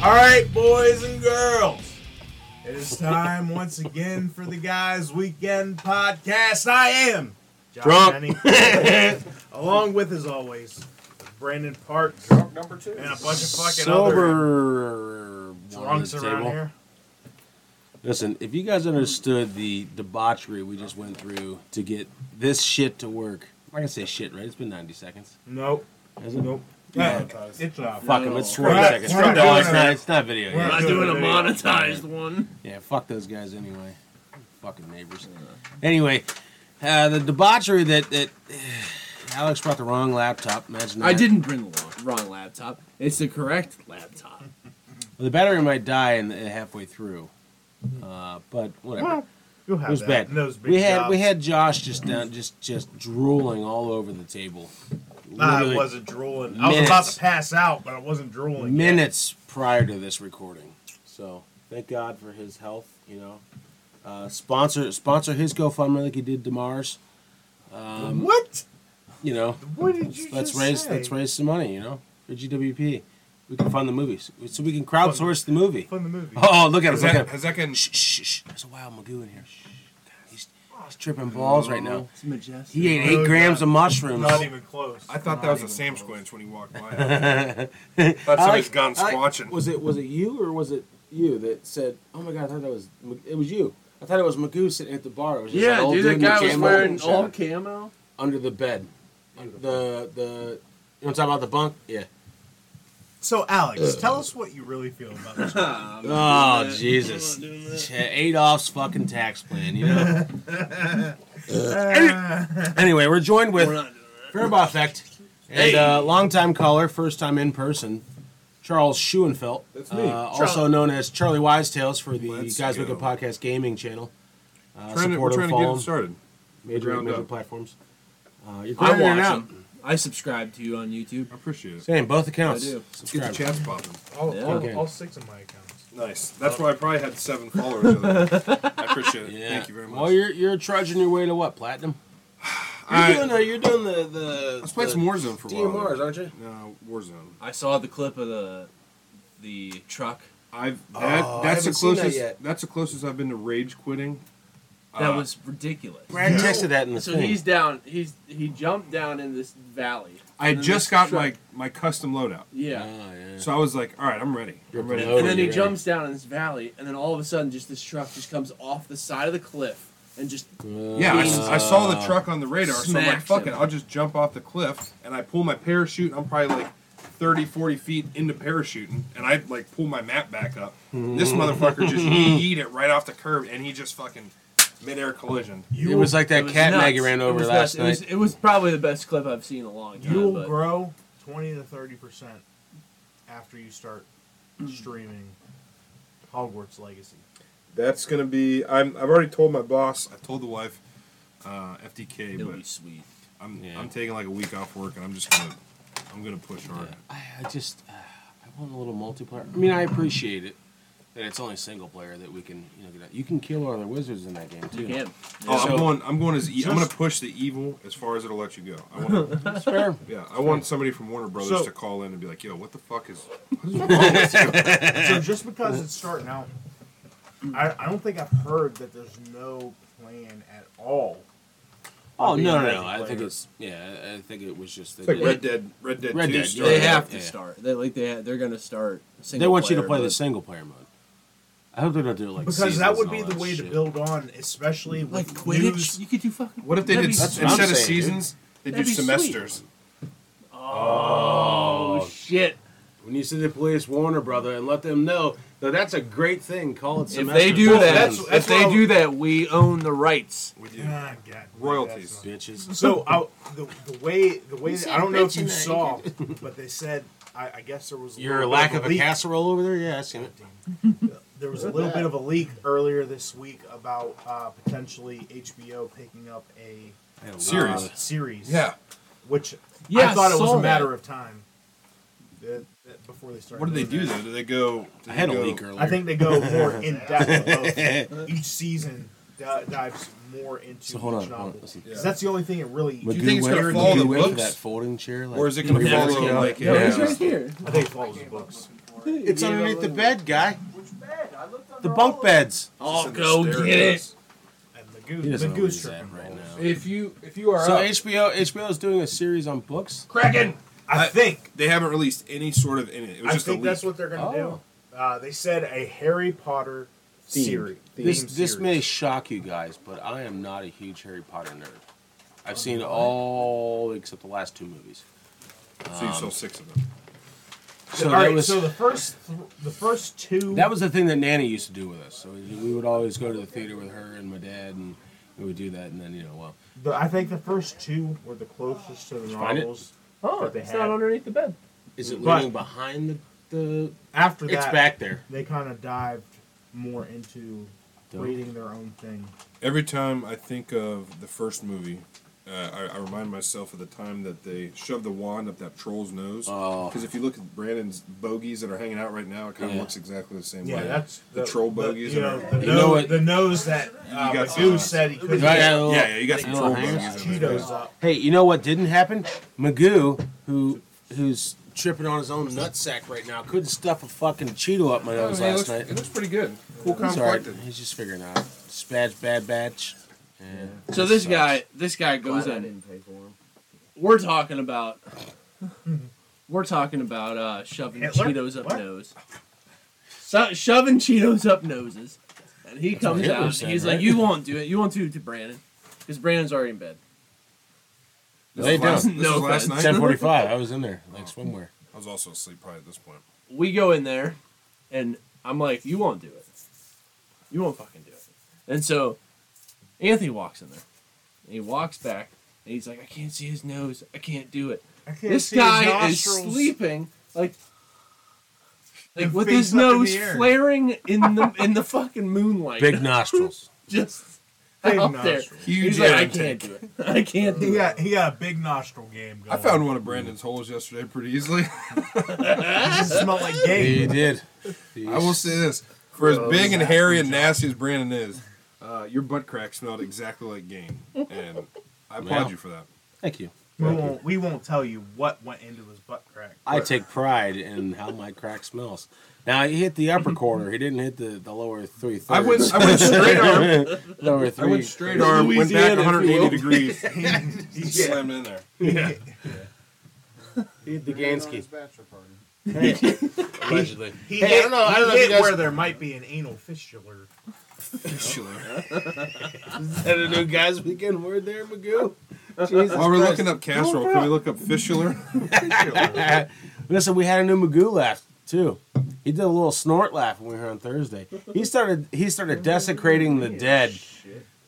right, boys and girls. It is time once again for the Guys Weekend podcast. I am Josh Drunk. Denny. along with, as always, Brandon Parks and Drunk number two. a bunch of fucking other sober on drunks the around table. here. Listen, if you guys understood the debauchery we just went through to get this shit to work, I can say shit, right? It's been 90 seconds. Nope. Has it? Nope. Yeah. It's off. Fuck them, it's No. 20 We're not- seconds. we're not No, doing it's it. not, it's not video We're yet. not I'm doing a monetized one. Yeah, fuck those guys anyway. Fucking neighbors. Anyway, uh, the debauchery that, that Alex brought the wrong laptop. Imagine that. I didn't bring the wrong, wrong laptop. It's the correct laptop. The battery might die in the, halfway through. Uh, but whatever. Well, You'll have It was that bad. in Those big we had jobs. we had Josh just down, just just drooling all over the table. Nah, I Literally wasn't drooling. I was about minutes. to pass out, but I wasn't drooling. yet. minutes prior to this recording. So thank God for his health. You know, uh, sponsor sponsor his GoFundMe like he did Demar's. Um, What? you know, What did you let's, let's just raise say? let's raise some money. You know, for GWP, we can fund the movies, so we can crowdsource the movie. Fun the movie. Oh, look at him! Has Look that, at has him! that gotten- Shh, shh, shh! There's a wild Magoo in here. Shh. God, He's, he's tripping balls right now. It's majestic. He ate Really eight grams bad. of mushrooms. Not even close. I thought that was a Sam squinch when he walked Uh, by. That's That's somebody's gone squatching. was it was it you or was it you that said, "Oh my god, I thought that was Mag- it was you." I thought it was Magoo sitting at the bar. It was just Yeah, an old dude, that in guy was camo wearing and shit all camo. under the bed. The the you know what I'm talking about the bunk? Yeah. So, Alex, tell us what you really feel about this. Oh Jesus! Yeah, Adolf's fucking tax plan, you know. anyway, we're joined with Fairbaugh Effect and uh, longtime caller, first time in person, Charles Schoenfeld, That's uh, me. also known as Charlie Wisetails for the Let's Guys Wicked go. Podcast Gaming Channel. Uh, trying to, we're support him, trying to follow get it him, started. major ground major up. platforms. Uh, you're I growing watch it out. him. I subscribe to you on YouTube. I appreciate it. Same, both accounts. I do. Let's get Subscribe. the chats popping. All, Yeah. all, Okay. all six of my accounts. Nice. That's why I probably had seven followers. the other day. I appreciate it. Yeah. Thank you very much. Well, you're you're trudging your way to what platinum? You're I, doing the you're doing the the. let's play the some Warzone for a while. DMRs, aren't you? No, Warzone. I saw the clip of the the truck. I've that, Oh, I that's the haven't seen that closest. yet. That's the closest I've been to rage quitting. That Uh, was ridiculous. Brad texted that in the So thing. he's down. He's he jumped down in this valley. I And then just this got truck- my my custom loadout, Oh, yeah. yeah. so I was like, all right, I'm ready. You're I'm ready. Oh, and then he yeah. jumps down in this valley, and then all of a sudden, just this truck just comes off the side of the cliff and just Yeah, I, Beans. I saw the truck on the radar, so I'm like, Smacks fuck him. it, I'll just jump off the cliff. And I pull my parachute, and I'm probably like 30, 40 feet into parachuting, and I like pull my map back up. This motherfucker just yeet it right off the curb, and he just fucking midair collision. You it was like that It was cat nuts. Maggie ran It over was nuts. last It was, night. it was probably the best clip I've seen in a long time. You'll but grow 20 to 30% after you start streaming Hogwarts Legacy. That's gonna be. I'm. I've already told my boss. I told the wife, uh, FDK, it'll be but sweet. I'm. Yeah. I'm taking like a week off work, and I'm just gonna. I'm gonna push hard. I, I just uh, I want a little multiplayer. I mean, I appreciate it that it's only single player that we can you know get out. You can kill all the wizards in that game too. You can. Oh, So- I'm going. I'm going as. E- I'm gonna Just- push the evil as far as it'll let you go. I want. That's fair. Yeah, I want somebody from Warner Brothers So- to call in and be like, "Yo, what the fuck is?" so just because it's starting out, I, I don't think I've heard that there's no plan at all. Oh Be no a no no! I multiplayer. think it's yeah. I- I think it was just that It's like they- Red Dead, Red Dead Red Two. Dead, started They Yeah. have to Yeah. start. They like they ha- they're gonna start. they want you single to play player, the but- single player mode. I hope they don't do it like Because that seasons would and be all the that way to shit. build on, especially Like with Quidditch, news. you could do fucking. What if they that'd did be s- That's sweet. what I'm instead of saying, dude. seasons, they do That'd be sweet. semesters? oh shit. When you see the police, Warner brother, and let them know that that's a great thing. Call it If semester. they do plans, that, that's- that's if they what I- do that, we own the rights. With you. Ah, God, Royalties. that's not- bitches. So I, the, the way the way You that, said I don't know if bitch you and I- saw, but they said I, I guess there was a Your little bit lack of a leak. casserole over there? Yeah, I seen it. There was a little bit of a leak earlier this week about uh, potentially HBO picking up a Serious. uh, series. Yeah. which Yeah, I thought it was saw a matter that. of time. That, that before they started. What do they do doing though? Do they go? do I they had a go- leak earlier. I think they go more in depth. of both. Each season di- dives more into So hold each on, hold on, novel. listen. 'Cause that's the only thing it really. you think it's gonna Would follow you the wait for books? that folding chair? Like, Or is it gonna three years follow, ago? like, No, Yeah. he's right here. I think it follows the books. It's underneath the bed, guy. Which bed? I looked under The all bunk of beds. Oh, in the go stairs. get it. And the He goose, the doesn't know goose where he's tripping at right balls. now. If you if you are So up, HBO HBO is doing a series on books. Kraken. I think They haven't released any sort of. Any, it was I just a think leak. that's what they're gonna Oh. do. Uh, they said a Harry Potter Themed. series. This themed this series. may shock you guys, but I am not a huge Harry Potter nerd. I've seen all except the last two movies. so you sold six of them. So all right, that was so the first th- the first two that was the thing that Nanny used to do with us. So we would always go to the theater with her and my dad, and we would do that. And then you know, well, the, I think the first two were the closest to the Find it. novels. oh, that they it's had. not underneath the bed. is it But- leaning behind the? the After that it's back there. they kind of dived more into Dope. reading their own thing. Every time I think of the first movie, uh, I, I remind myself of the time that they shoved the wand up that troll's nose. Oh. Because if you look at Brandon's bogeys that are hanging out right now, it kind of Yeah. looks exactly the same Yeah, way. that's the troll bogeys The, you and know, everything. the, You nose, know what- the nose that uh, got the some- goose said he couldn't. Right, yeah, get little- yeah, yeah, you got some little troll hangers. bogeys. in there. Cheetos up. Hey, you know what didn't happen? Magoo, who who's tripping on his own nutsack right now, couldn't stuff a fucking Cheeto up my Oh, nose yeah, it, last looks, night. it looks pretty good. Cool He's all right. complected. He's just figuring out. Spatch, bad batch. and So this sucks. guy, this guy goes Glad I in. didn't pay for him. We're talking about, we're talking about uh, shoving Hitler? Cheetos up What? nose. So, shoving Cheetos up noses, and he what comes Hitler out. and said, he's right? like, "You won't do it. You won't do it to Brandon, because Brandon's already in bed." This They was last, don't. this was No last offense. night. Ten forty-five. I was in there Oh. like swimwear. I was also asleep probably at this point. we go in there, and I'm like, "You won't do it. You won't fucking do it." And so Anthony walks in there, and he walks back, and he's like, "I can't see his nose. I can't do it. I can't This see his guy is nostrils. sleeping like." Like And with face his up in nose the air. flaring in the in the fucking moonlight, Big nostrils. just Big out there. nostrils. He's like, I can't do it. I can't He do it. got he got a big nostril game I going. found one of Brandon's holes yesterday pretty easily. It smelled like he game. did. I will say this: for Oh, as big and hairy and nasty as Brandon is, uh, your butt crack smelled exactly like game, and I applaud Well. you for that. Thank you. We won't we won't tell you what went into his butt crack. I take pride in how my crack smells. Now he hit the upper corner. He didn't hit the, the lower three thirds. I went, I went straight arm. lower I three. went straight arm. Went back Louisiana, if you 180 will. degrees. Slammed in there. He hit the them. Gansky. His bachelor party. Allegedly. He Hey, I hit, don't know- I don't he know if you hit guys- where there might be an anal fistula. Is that a new guys weekend word there, Magoo? Jesus While we're Christ. looking up casserole, can we look up fissular? Listen, we had a new Magoo laugh too. He did a little snort laugh when we were on Thursday. He started he started desecrating the dead.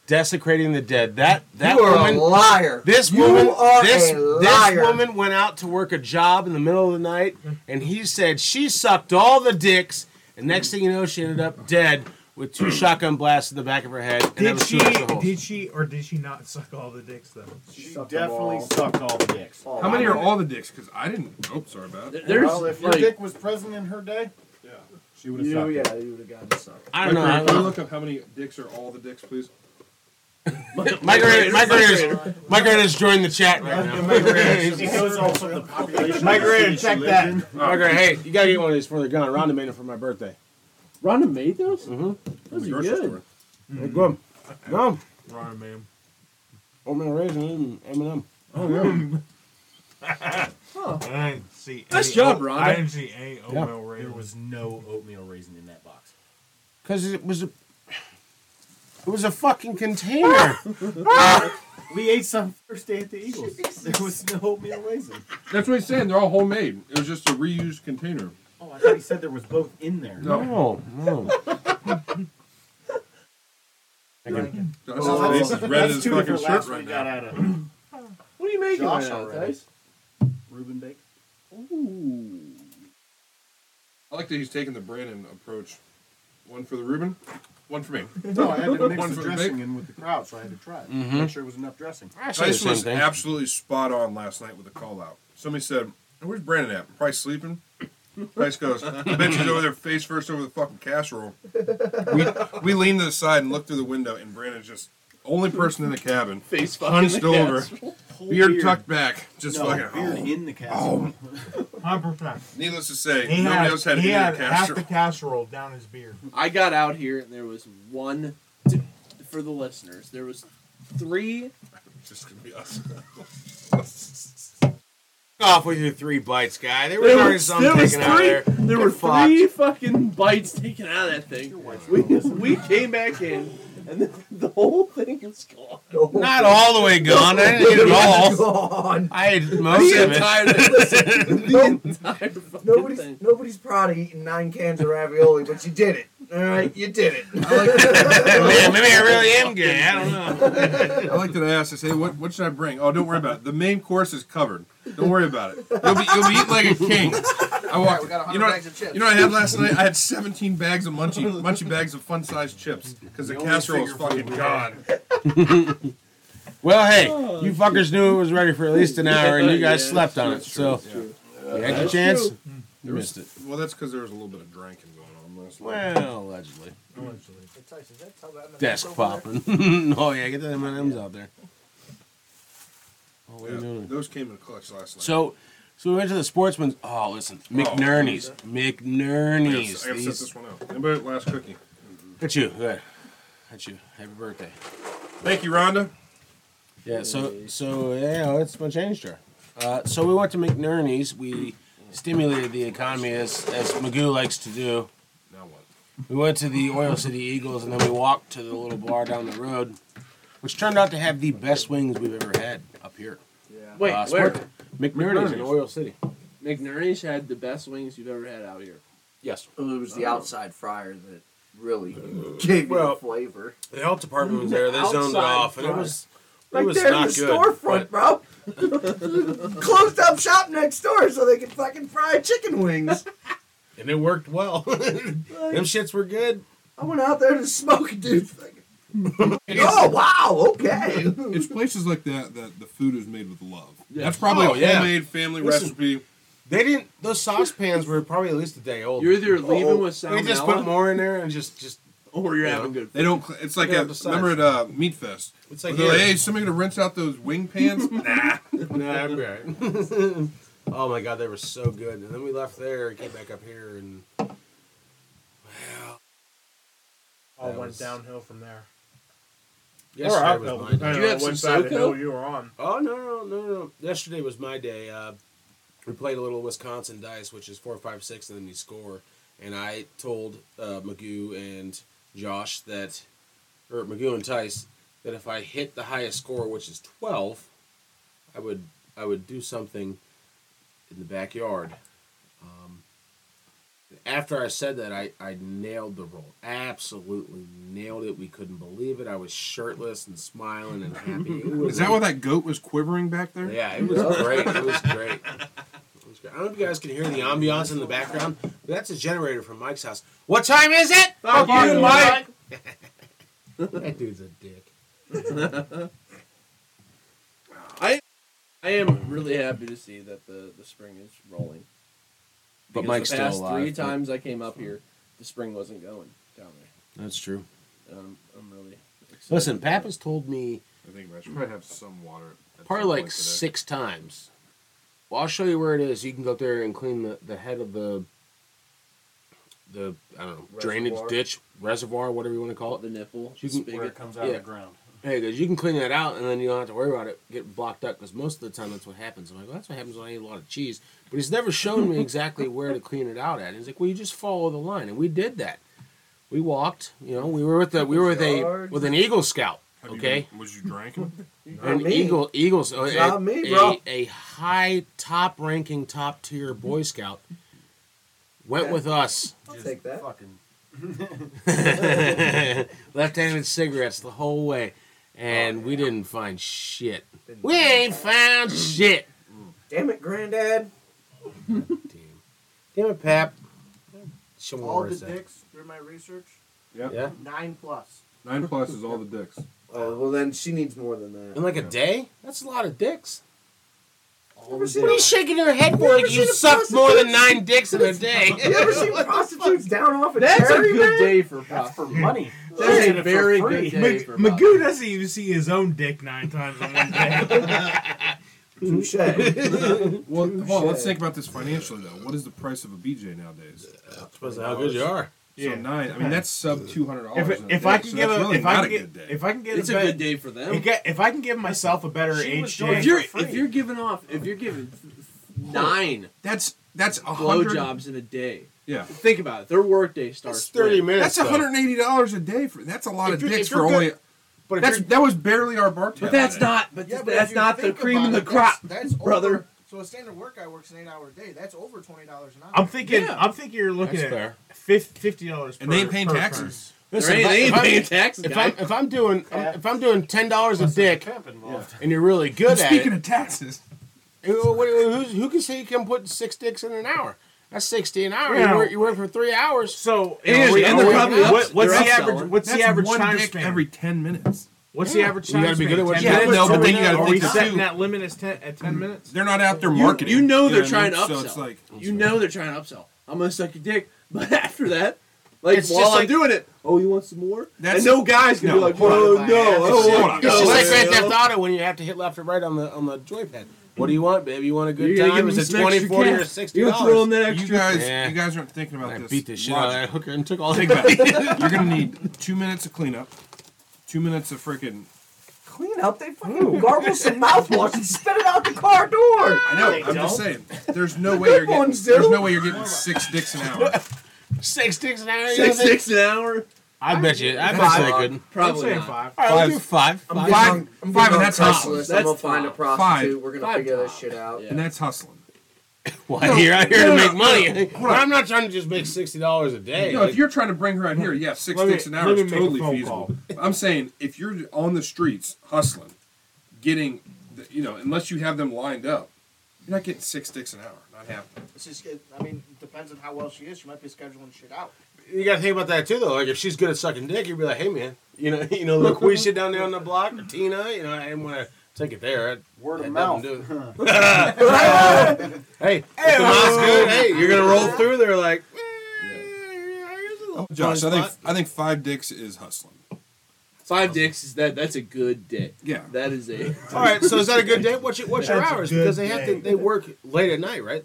Desecrating the dead. That that you are woman a liar. this You woman are this, a liar. this woman went out to work a job in the middle of the night and he said she sucked all the dicks and next thing you know she ended up dead with two shotgun blasts in the back of her head and that Did was she? two extra holes. Did she or did she not suck all the dicks though? She definitely sucked all the dicks. How many are all the dicks? Because I didn't. Oh, sorry about it. There- There's well, if your like dick was present in her day, She would You, yeah, you would have gotten sucked. I Can don't know. I don't we know. look up how many dicks are all the dicks, please? My grader, my grader's, my grader's joined the chat right now. It goes off of the population. Migrator, check that. my grader, hey, you gotta get one of these before they're gone. Rhonda made them for my birthday. Rhonda made those? Those are good. They're good. No, Ron, man. oatmeal raisin and M&M. I didn't see. Nice any job, oat- Ron. I didn't see any Yeah. oatmeal raisin. There was no oatmeal raisin in that box. Cause it was a, it was a fucking container. We ate some first day at the Eagles. There was no oatmeal raisin. That's what he's saying. They're all homemade. It was just a reused container. Oh, I thought he said there was both in there. No, no. That's he's red in his two of fucking her shirt last right we got now. out of. What are you making Josh right now, already. Thais? Reuben Baker. Ooh. I like that he's taking the Brandon approach. One for the Reuben, one for me. No, I had to mix One for the the dressing big- in with the crowd, so I had to try it. Mhm. Make sure it was enough dressing. I say the Tyson same was thing. absolutely spot on last night with the call out. Somebody said, "Where's Brandon at? Probably sleeping." Tyson goes, "I bet he's over there face first over the fucking casserole." We we leaned to the side and looked through the window, and Brandon just only person in the cabin, Face fucking hunched the over, ass. beard tucked back, just no, fucking. beard in the castle. Hundred percent. Needless to say, He nobody had, else had he any had of half the Castro. casserole down his beard. I got out here and there was one for the listeners. There was three. Just gonna be us. Off with your three bites, guy. There was already some there was taken out three- there. There They're were fucked. three fucking bites taken out of that thing. We, we came back in and the, the whole thing was gone. Not all the way gone. I didn't eat it all. I ate most of it. Tired of Entire fucking Nobody's, thing. nobody's proud of eating nine cans of ravioli, but you did it. All right, you did it. Man, maybe I really am gay. I don't know. I like that I asked. I say, "What? What should I bring?" Oh, don't worry about it. The main course is covered. Don't worry about it. You'll be you'll be eating like a king. I walked. you know, what, you know what I had last night? I had 17 bags of munchie munchie bags of fun sized chips because the, casserole is fucking gone. Well, hey, you fuckers knew it was ready for at least an hour, and you guys slept on it. So you had your chance. You missed it. Well, that's because there was a little bit of drinking going on last night. Well, allegedly. Desk popping. oh yeah, get the M&Ms out there. Oh, what are you Yeah, doing? those came in clutch last night. So, so we went to the sportsman's. Oh, listen, McNerney's, I gotta, I gotta McNerney's. set These, this one out. Anybody last cookie? at you, good. At you. Happy birthday. Thank you, Rhonda. Yeah. So, so yeah, it's my change jar. Uh, so we went to McNerney's. We stimulated the economy as as Magoo likes to do. Now what? We went to the Oil City Eagles, and then we walked to the little bar down the road, which turned out to have the best wings we've ever had up here. Wait, Uh, where? sport- McNerney's in McNerney's. Oil City. McNerney's had the best wings you've ever had out here. Yes. It was the outside fryer that really gave me Well, the flavor. The health department was there. They zoned it off, and it was it Right was there in not the good. storefront, bro. Closed up shop next door so they could fucking fry chicken wings. and it worked well. Them shits were good. I went out there to smoke, dude. Fucking- oh wow, okay. It's places like that that the food is made with love. That's probably Oh, a yeah. homemade family Listen. recipe. They didn't. Those saucepans were probably at least a day old. You're either leaving Oh, with They just put salmonella, more in there and just just. or you're Yeah. having good. They don't. cl- It's like Yeah, a, besides. remember at uh, Meat Fest. It's Like, hey, somebody gonna rinse out those wing pans? nah. nah, I'm right. oh my god, they were so good. And then we left there and came back up here and. All That went was- downhill from there. Or Yesterday uphill, was my depending day. you on have what some side of the SoCo? hill you were on. Oh no no no no! Yesterday was my day. Uh, we played a little Wisconsin dice, which is four, five, six, and then you score. And I told uh, Magoo and Josh that, or Magoo and Tice, that if I hit the highest score, which is twelve, I would I would do something in the backyard. Um, after I said that, I, I nailed the roll. Absolutely nailed it. We couldn't believe it. I was shirtless and smiling and happy. It was Is that why that goat was quivering back there? yeah, it was great. It was great. It was great. I don't know if you guys can hear the ambiance in the background, but that's a generator from Mike's house. What time is it? Fuck you, Mike. That dude's a dick. I am really happy to see that the, the spring is rolling. But Because Mike's the still past alive, Three but- times I came up here, the spring wasn't going down That's true. there. Um, I'm really. Excited. Listen, Pappas told me I think I should probably have some water. at probably some like point today. six times. Well, I'll show you where it is. You can go up there and clean the, the head of the the I don't know drainage Reservoir. ditch reservoir, whatever you want to call it. the nipple. You can- spigot. comes out of the Yeah. ground. Hey, because you can clean that out, and then you don't have to worry about it getting blocked up. Because most of the time, that's what happens. I'm like, well, that's what happens when I eat a lot of cheese. But he's never shown me exactly where to clean it out at. He's like, well, you just follow the line, and we did that. We walked. You know, we were with the we were with a with an Eagle Scout. Have you Okay, been- was you drinking? an me. Eagle Eagles uh, a, Not me, a- bro. a high top ranking top tier Boy Scout went with us. I'll take that. Fucking left-handed cigarettes the whole way, and we didn't find shit. We ain't found shit. Damn it, Granddad. Damn, damn it, Pap. Show me All where the it's at. dicks through my research, Yeah, nine plus. Nine plus is all the dicks. Oh well, then she needs more than in that. like a day. That's a lot of dicks. Ever seen, What are you shaking your head for? Never Like you seen a sucked more than prostitute. nine dicks in a day. you ever seen prostitutes down off a That's a cherry, good man? day for That's pop. for money. That's Get it a for very free. good day Mag- for Bob. Magoo doesn't even see his own dick nine times on one day. Touche. Well, hold on, let's Touche. think about this financially though. What is the price of a BJ nowadays? Depends on how good you are. Yeah. So nine. I mean, that's sub two hundred dollars. If, if I can give a, if I can get, if I can get It's a, a bet- good day for them. if I- if I can give myself a better If HJ, you're if you're giving off if you're giving nine that's that's a hundred. blowjobs in a day, Yeah, think about it. Their workday starts. It's 30 when? minutes. that's a hundred and eighty dollars a day for. That's a lot If of you're- dicks if you're for only. But if That's you're- that was barely our bartender. But that's today. not. But, Yeah, but if that's you not the think cream about of the it, crop, that's- that's over- brother. So a standard work guy works an eight-hour day. That's over twenty dollars an hour. I'm thinking, Yeah. I'm thinking you're looking That's at fair. fif- fifty dollars. And they ain't paying taxes. Listen, if I- There ain't- they ain't if I'm- paying taxes, If guy. I'm if I'm doing if I'm doing ten dollars a dick Pimp involved. and you're really good at Speaking it, of taxes, who, who- who can say you can put six dicks in an hour? That's sixty an hour. Yeah. You, work, you work for three hours. So, And- are we- and are they're we- probably what- up- what's they're the average? upselling. What's that's the average one time dick span? every ten minutes. what's the average You time gotta be span? good at what 10 you minutes? do. No, Are but then we- you gotta are we think, setting too. that limit as ten at ten minutes. They're not out there marketing. you know they're what I trying mean? to So upsell. it's like you know they're trying to upsell. I'm gonna suck your dick, but after that, like It's while just I'm like- doing it, oh, you want some more? That's- and no guy's gonna No, be like, hold oh on. no, It's oh, just- hold on. It's It's no, just like Grand no." Theft Auto when you have to hit left or right on the on the joypad. What do you want, babe? You want a You're good gonna time? give Is him it some 20, extra 40, or cash. sixty You're gonna throw him dollars? that you extra. guys, Yeah. you guys aren't thinking about I this. beat the shit out of logic. that hooker and took all the Think about it. You're gonna need two minutes of cleanup, two minutes of freaking. Clean up. They fucking gargle some mouthwash and spit it out the car door. I know. I'm just saying. There's no way you're good getting. ones do. There's no way you're getting six dicks an hour. six dicks an hour. you Six think? six an hour, I bet you. I bet Five. you I couldn't. I'm probably saying not. five. All right, we'll do five. I'm Five. getting Five- on- I'm five, getting and on that's hot. Craigslist. I'm That's gonna find a five. prostitute. Five. We're gonna Five figure this top. shit out. Yeah. And that's hustling. Why here? I'm here to no, no, make money. no. I'm not trying to just make sixty dollars a day. No, if you're trying to bring her out here, yeah, six Let me- dicks an hour let me is make a totally phone feasible. I'm saying if you're on the streets hustling, getting, the, you know, unless you have them lined up, you're not getting six dicks an hour. Not happening. It's just, it, I mean, it depends on how well she is. She might be scheduling shit out. you got to think about that too, though. Like if she's good at sucking dick, you'd be like, hey man, you know, you know, look, we shit down there on the block, or Tina, you know, I didn't want to take it there. I'd, Word of That mouth. doesn't hey, if the mouth's good. Hey, you're gonna roll through there like. Josh, I fun think spot. I think five dicks is hustling. Five dicks is that? That's a good dick. Yeah. That is a. All right, so is that a good day? What's your, what's your That's a hours? good Because they have day. to they work late at night, right?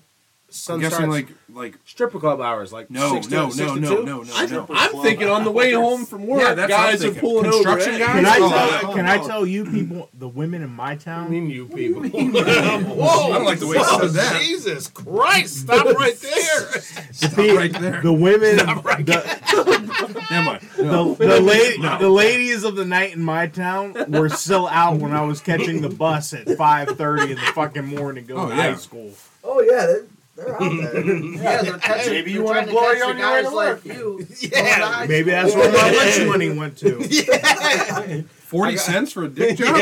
Sun I'm guessing starts- like like stripper club hours, like no six to, no six no to no two? no no I'm, no. I'm thinking on the way home from work, Yeah, that's what I'm guys are thinking. pulling Construction over. guys? Can I Oh, tell? oh, Can I oh. tell you people, the women in my I town? mean you people. Whoa, I don't like the way you said that. Jesus Christ! Stop right there. the- Right there. The women, the, Am I? the, the, lady, the ladies of the night in my town were still out when I was catching the bus at 5.30 in the fucking morning going Oh, to yeah. high school. Oh yeah, they're, they're out there. Yeah, they're touching. maybe you they're trying wanna to blow catch the her on your way guys to work. Like you. Yeah. Maybe that's where my lunch money went to. Forty cents for a dick job?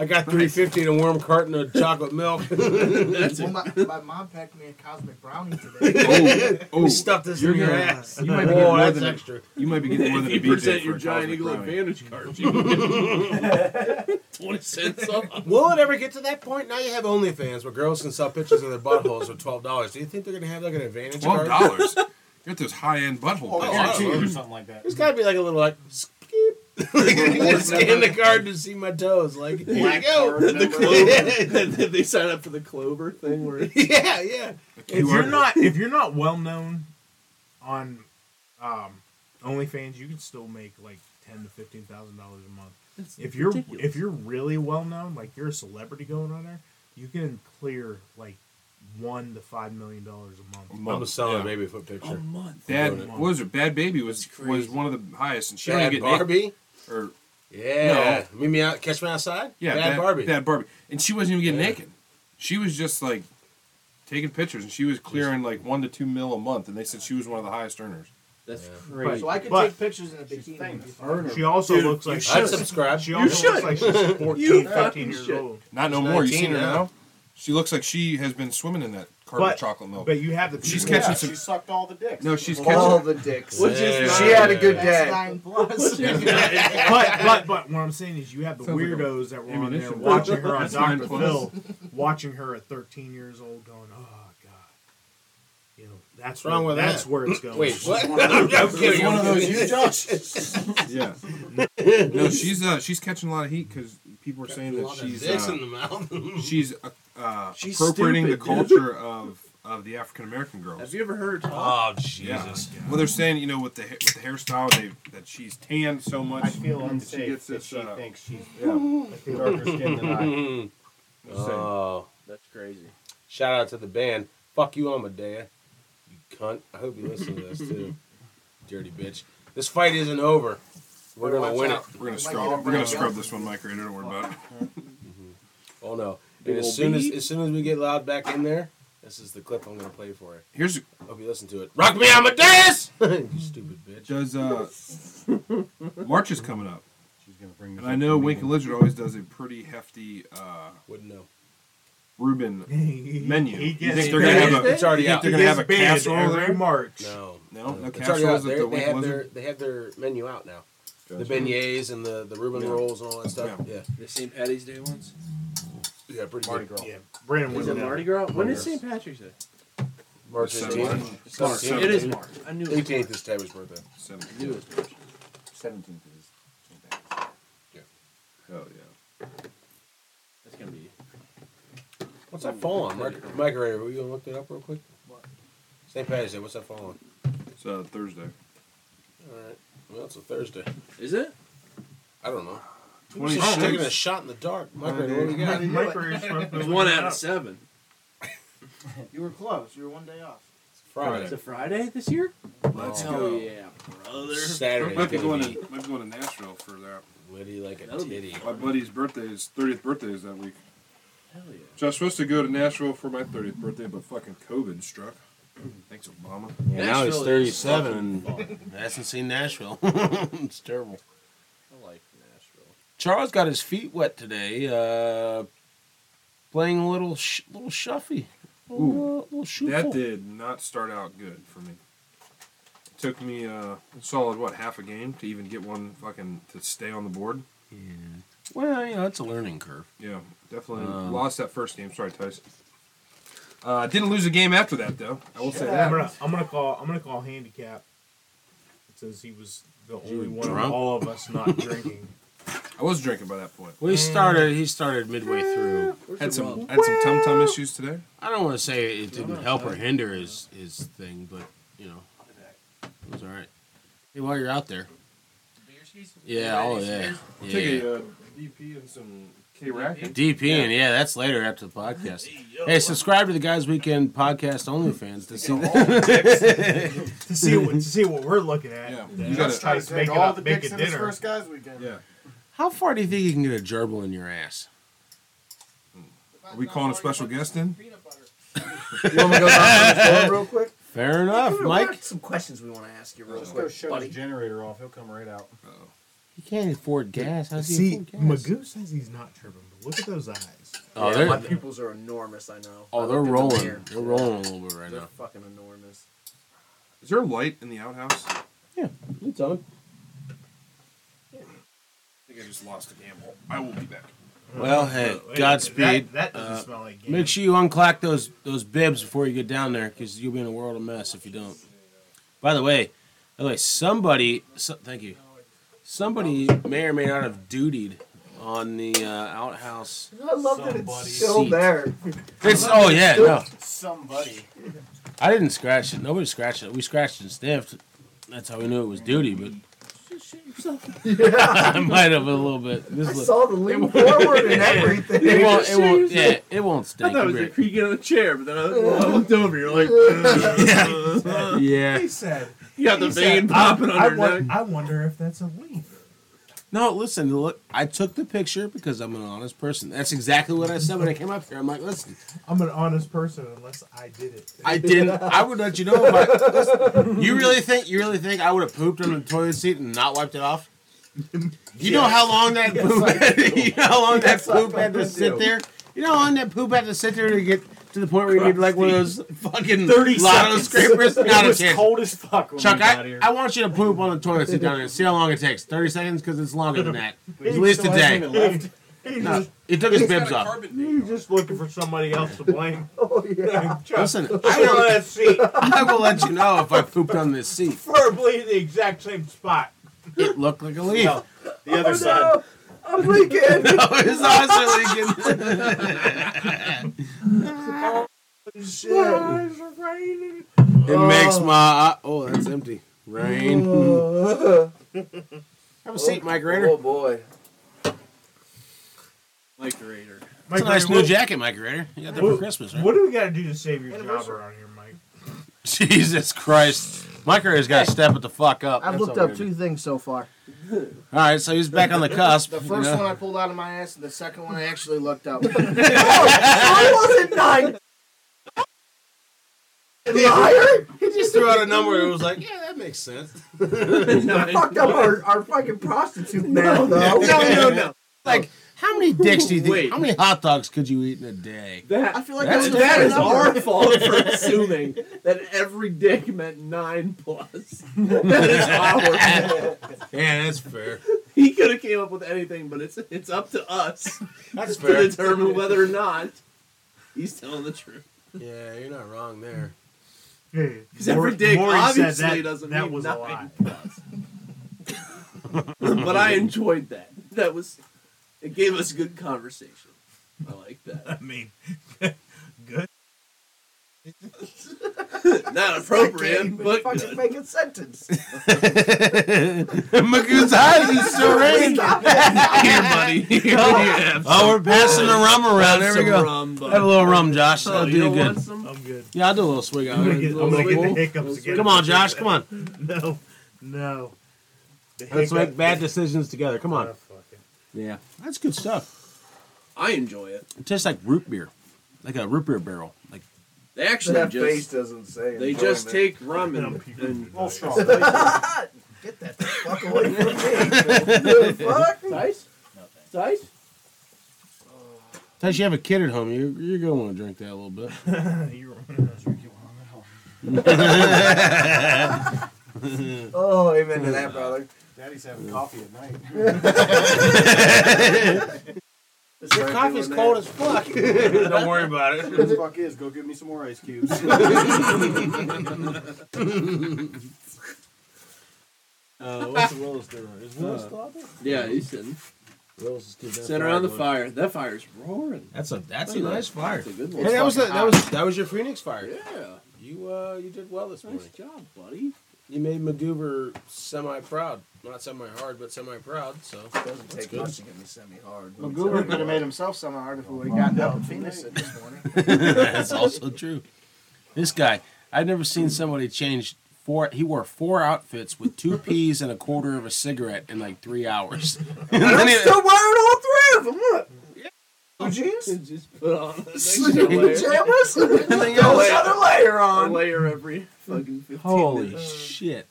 I got three fifty in a warm carton of chocolate milk. Well, my, my mom packed me a cosmic brownie today. Oh, oh. Stuff this You're in your gonna- ass. You might Whoa, be getting more that's than a, extra. you might be getting more than a You present BJ your for a giant cosmic eagle brownie. advantage card. You can get Twenty cents off. Will it ever get to that point? Now you have OnlyFans where girls can sell pictures of their buttholes for twelve dollars. Do you think they're gonna have like an advantage Twelve card? dollars. Get those high-end butthole. pictures. or something like that. There's gotta be like a little like skip. scan the card to see my toes. Like here you go. The clover. they sign up for the clover thing where Yeah, yeah. If you're not if you're not well known on um, OnlyFans, you can still make like ten to fifteen thousand dollars a month. if you're if you're really well known, like you're a celebrity going on there, you can clear like one to five million dollars a month. I'm selling a baby foot a picture. month. Bad, what was her? Bad baby was was one of the highest, and she only Bad get Barbie. naked. Or Yeah. Meet me out. Catch me outside. yeah, Bad, Barbie. Bad Barbie, and she wasn't even getting Yeah. naked. She was just like taking pictures, and she was clearing like one to two mil a month, and they said she was one of the highest earners. that's So I could But- take pictures in a bikini. She also looks like I'd subscribe. she also looks should. like she's 14, 15 years should. old. Not no more. You seen her 19 now. now? She looks like she has been swimming in that carton But- of chocolate milk. But you have the She's people- catching Yeah, some- she sucked all the dicks. no, she's catching. All the dicks. Which is Yeah. She had a good That's day. nine plus. but but but what I'm saying is you have the Sounds like a weirdos that were on there ammunition watching rifle. her on That's nine Dr. plus. Phil, watching her at 13 years old, going, "Oh God, you know That's wrong where, with that's that? where it's going. Wait, what? I'm kidding. One of those you, Josh. Yeah. No, she's uh, she's catching a lot of heat because people are saying that she's dicks uh, in the mouth. she's uh, uh, She's appropriating the stupid, culture of of the African American girls. Have you ever heard? Oh Yeah. Jesus! Well, they're saying you know with the ha- with the hairstyle they that she's tanned so much. I feel that She unsafe gets that this. she uh, thinks she's yeah. darker skin than I. they're saying. Oh, That's crazy. shout out to the band. Fuck you, Amadea. You cunt. I hope you listen to this too. Dirty bitch. This fight isn't over. We're gonna win it. We're gonna scrub. We're gonna scrub this one, Mike. Right? Don't worry about it. Oh no! And as soon as as soon as we get loud back in there, this is the clip I'm gonna play for it. Here's a- Hope you listen to it. Rock me, Amadeus. you stupid bitch. does uh, March is coming up, She's gonna bring and I know Wink and Lizard always does a pretty hefty uh, Wouldn't know. Reuben menu. He You gets think they're gonna have a? It's already you think out. they're gonna have a It's banned casserole every there? March. No. No, no It's already out. casseroles at They, the they Wink and have their Lizard. they have their menu out now. The Gotcha. beignets and the the Reuben Yeah. rolls and all that stuff. Yeah. The St. Patty's Day ones. Yeah, pretty Mardi good. Gras. Yeah, Brandon Is was it in Mardi Gras? When is Yes. St. Patrick's Day? March Seven. 18th. March. It is March. I knew it. 18th is Tabby's birthday. Seven. I knew it. was March. Seventeenth is. Hell Oh, yeah. That's gonna be. What's that fall on? Mike, Mike Ray, were you gonna look that up real quick? St. Patrick's Day. What's that fall on? It's uh, Thursday. All right. Well, it's a Thursday. Is it? I don't know. Twenty She's Oh, taking a six. shot in the dark. Mike Ray, what do we got? there. Mike Ray's supposed to It's look one it out of up. seven. You were close. You were one day off. It's Friday. a Friday this year. Let's Hell go. yeah, brother. Saturday. Might be gonna going be to might be going to Nashville for that. witty like a That'll be titty. My buddy's birthday is thirtieth birthday is that week. Hell yeah. So I was supposed to go to Nashville for my thirtieth birthday, but fucking COVID struck. Thanks, Obama. Yeah, now he's Nashville is 37 and hasn't seen Nashville. it's terrible. I like Nashville. Charles got his feet wet today, uh, playing a little sh- little shuffy, little, uh, little shoe That full. did not start out good for me. It took me uh, a solid what half a game to even get one fucking to stay on the board. Well, you know, it's a learning curve. Yeah, definitely Um, lost that first game. Sorry, Tyson. Uh, didn't lose a game after that though. I will say Yeah, I'm that. gonna, I'm gonna call. I'm gonna call handicap. Since he was the only one of drunk? all of us not drinking. I was drinking by that point. Well, he started. He started midway through. Had some had some tum tum issues today. I don't want to say it didn't help or hinder his his thing, but you know, it was all right. Hey, while you're out there, yeah, oh yeah, Take uh, yeah. a uh, DP and some K racket. DP and yeah, that's later after the podcast. Hey, subscribe to the Guys Weekend podcast OnlyFans to see that. to see what to see what we're looking at. Yeah. Then You gotta- let's try to make Take it all up, the make dicks it in this dinner. first guys weekend. Yeah. How far do you think you can get a gerbil in your ass? Are we calling a special guest in? Peanut butter. You want me to go down to the floor? real quick. Fair enough, We Mike. got some questions we want to ask you real Let's go quick, shut his buddy. generator off. He'll come right out. He can't afford gas. How's See, Magoo says he's not tripping, but look at those eyes. Oh, Yeah, they're my pupils are enormous. I know. I oh they're looked at them rolling. here. They're rolling a little bit right They're now. fucking enormous. Is there a light in the outhouse? I It's on. think I just lost a gamble. I will be back. Well, hey, Wait, That, Godspeed. that doesn't Uh, smell like game. Make sure you unclack those those bibs before you get down there, because you'll be in a world of mess if you don't. By the way, by the way, somebody, so, thank you. Somebody may or may not have dutied on the uh, outhouse. I love that it's still seat. there. It's oh yeah, no, Somebody. I didn't scratch it. Nobody scratched it. We scratched and sniffed. That's how we knew it was duty, but I might have a little bit. This I look- saw the lean forward and everything. it won't. It won't. Yeah, it won't stink. I was You're like, you get on the chair, but then I I looked over. You're like, right. yeah. he said, you got the he said, vein popping on I, your won- neck. I wonder if that's a leaf. No, listen. Look, I took the picture because I'm an honest person. That's exactly what I said when I came up here. I'm like, listen, I'm an honest person unless I did it. I didn't. I would let you know. If I, listen, you really think? You really think I would have pooped on the toilet seat and not wiped it off? You know how long that poop. you know how long that poop had to sit there. You know how long that poop had to sit there to get to the point where you need like one of those fucking 30 lotto seconds. scrapers. Not it a was chance. cold as fuck when Chuck, we got I, here. I want you to poop on the toilet, sit down there, and see how long it takes. 30 seconds, because it's longer than that. At least a Still hasn't day. even left. No, he took his bibs off. You're just looking for somebody else to blame. Oh yeah. Just, Listen, I I will, that seat. I will let you know if I pooped on this seat. Preferably the exact same spot. It looked like a leaf. Oh, No. The other oh, side. No. I'm leaking. it's not really good. Shit. It makes my oh, that's empty. Rain. Oh, Have a seat, migrator. oh boy. Like Raider. It's a nice new jacket, migrator. You got that for Christmas, right? What do we got to do to save your job around here, Mike? Jesus Christ. Migrator's got to step it the fuck up. I've That's looked all up we two do. things so far. All right, so he's back on the cusp. The you first know. one I pulled out of my ass, and the second one I actually looked up. I wasn't nine. Liar! He just threw out a number and was like, yeah, that makes sense. Fucked up our, our fucking prostitute now, though. no, no. Like, how many dicks do you think? Wait. How many hot dogs could you eat in a day? I That, feel like That's- that's, was that is number. our fault for assuming that every dick meant nine plus. That is our fault. Yeah, that's fair. He could have came up with anything, but it's it's up to us That's to determine whether or not he's telling the truth. Yeah, you're not wrong there. Because every dick obviously doesn't that mean was a lie. nothing. But I enjoyed that. That was it gave us good conversation. I like that. I mean, Not Can't appropriate, even but fucking good. make a sentence. Magoo's eyes is so red. Stop it. Here, buddy. Here, have Oh, we're passing the rum around. There we go. Have a little rum, Josh. That'll Oh, do you you don't good. want some? I'm good. Yeah, I'll do a little swig out I'm of gonna get, it. I'm gonna get the hiccups again. Come on, Josh. Come on. No, no. The Let's hiccup- make bad decisions together. Come on. Oh, fuck it. Yeah, that's good stuff. I enjoy it. It tastes like root beer, like a root beer barrel. Like They actually That just face doesn't say they just enjoyment. take rum I'm and, puking and tonight. Get that the fuck away from me. the fuck? Dice? Dice? Since you have a kid at home, you you're gonna want to drink that a little bit. You're right. Oh, amen to that, brother. Daddy's having coffee at night. Your coffee's Cold as fuck. Don't worry about it. the fuck is? Go get me some more ice cubes. uh, what's Willis doing? Is Willis still out there? Yeah, you sitting. Willis is keeping that Sitting fire around the going. fire. That fire's roaring. That's a that's Look at that. fire. That's a good one. Hey, that was the, that was that was your Phoenix fire. Yeah. You uh you did well this morning. Nice job, buddy. You made McGoober semi proud, not semi hard, but semi proud. So Doesn't take much to get me semi-hard. let me tell McGoober you. could have made himself some hard if we would have Got gotten up up. in Phoenix this morning. that's also true. This guy, I've never seen somebody change four. He wore four outfits with two peas and a quarter of a cigarette in like three hours. And then I'm he- still wearing all three of them. Look. Blue jeans, Just put on the next layer. pajamas, Everything throw else. another layer A on. layer every fucking 15 Holy minutes. shit!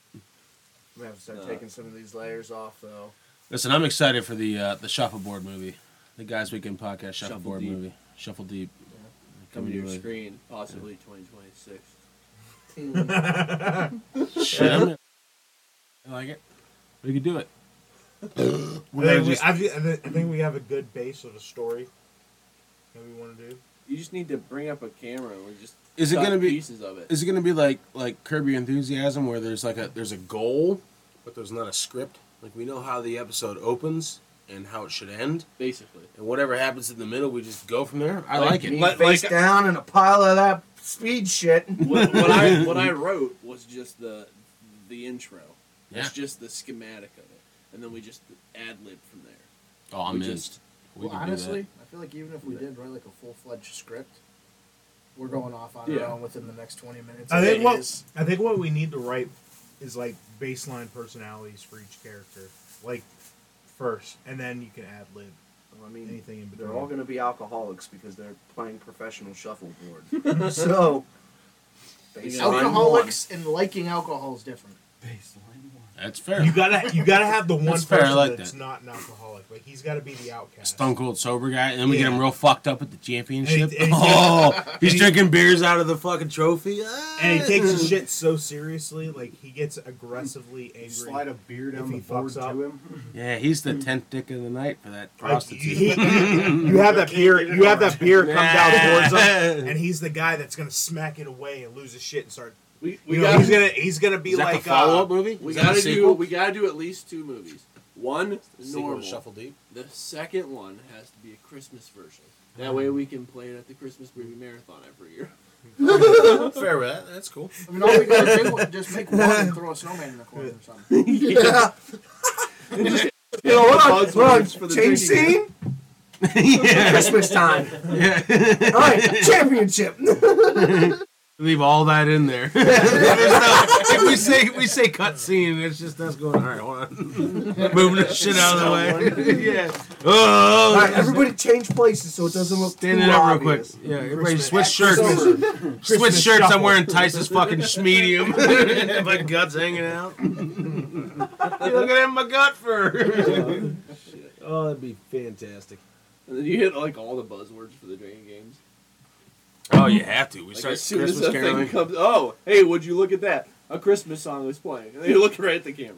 We have to start Uh, taking some of these layers off, though. Listen, I'm excited for the uh, the shuffleboard movie, the guys weekend podcast shuffleboard Deep. movie, Shuffle Deep. Coming to your Really- screen, possibly 2026. Shit, I'm- I like it. We could do it. I We're think, gonna we, just- I, thi- I thi- I think we have a good base of a story that we want to do. You just need to bring up a camera and just Is it cut gonna be- pieces of it? Is it gonna be like like Curb Your Enthusiasm, where there's like a there's a goal, but there's not a script? Like we know how the episode opens and how it should end, Basically. and whatever happens in the middle, we just go from there. I like, it. Me Like- face like- down in a pile of that speed shit. what, what I what I wrote was just the the intro. Yeah. It's just the schematic of it, and then we just ad lib from there. Oh, I'm we in. just We well, could do honestly, that. I feel like even if we did write like a full fledged script, we're going off on Yeah. our own within the next twenty minutes. I think It what is- I think what we need to write is like baseline personalities for each character, like first, and then you can ad lib I mean, anything in between. They're all going to be alcoholics because they're playing professional shuffleboard. so Baseline alcoholics and liking alcohol is different. One. Baseline one. That's fair. You gotta you gotta have the one That's person fair, I like that's that. not an alcoholic. Like he's gotta be the outcast. Stone Cold sober guy, and then we get Yeah. him real fucked up at the championship. And he- and he- oh, and he's he- drinking beers out of the fucking trophy. Ah. And he takes his shit so seriously, like he gets aggressively angry. Slide a beer if down he the board fucks up. to him. Yeah, he's the tenth dick of the night for that Like, prostitute. he- you have that beer. You have that beer come down towards him, Nah. and he's the guy that's gonna smack it away and lose his shit and start. We, we You know, got he's gonna he's gonna be Is that like the follow up uh, movie? we Is that the gotta do sequel? we gotta do at least two movies. One Sequel to normal. Shuffle Deep. The second one has to be a Christmas version. Hmm. That way we can play it at the Christmas movie marathon every year. Fair with that. That's cool. I mean, all we gotta do is just make one and throw a snowman in the corner or something. Yeah. You know, Hold on, hold on. Change scene. yeah. Christmas time. yeah. All right, championship. Leave all that in there. There's no- if we say we say cut scene, it's just us going. All right, hold on, moving this shit out of the way. yeah. Oh, All right, everybody change places so it doesn't look Stand too it up real quick. obvious. Yeah, everybody Christmas- switch shirts. Christmas- Switch Christmas shirts. I'm shuffle. wearing Tyson's fucking schmedium. my gut's hanging out. you looking at my gut fur. oh, that'd be fantastic. And then you hit like all the buzzwords for the drinking games. Oh, you have to. We Like start as soon Christmas as that thing caroling. comes, oh, hey, would you look at that? A Christmas song is playing, and they look right at the camera.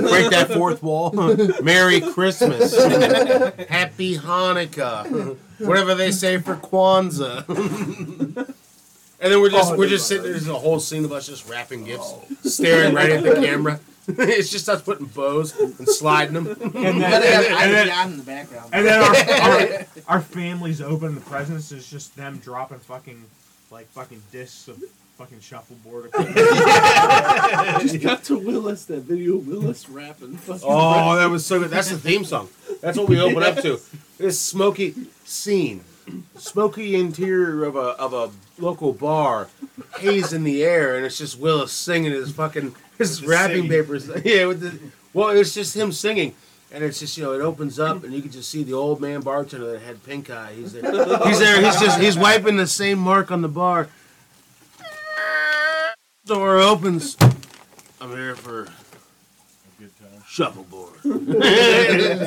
Break that fourth wall. Merry Christmas. Happy Hanukkah. Whatever they say for Kwanzaa. and then we're just we're just sitting there. There's a whole scene of us just wrapping gifts, staring right at the camera. it's just us putting bows and sliding them. and You gotta have then, and Ivy then, John in the background. and then our, our our families open the presents. It's just them dropping fucking like fucking discs of fucking shuffleboard. just got to Willis that video, of Willis rapping. Oh, that was so good. That's the theme song. That's what we open up to. This smoky scene, smoky interior of a of a local bar, haze in the air, and it's just Willis singing his fucking his the wrapping singing. papers. Yeah, with the well, it's just him singing. And it's just you know it opens up and you can just see the old man bartender that had pink eye. He's there. He's there. He's just he's wiping the same mark on the bar. Door opens. I'm here for shuffleboard. and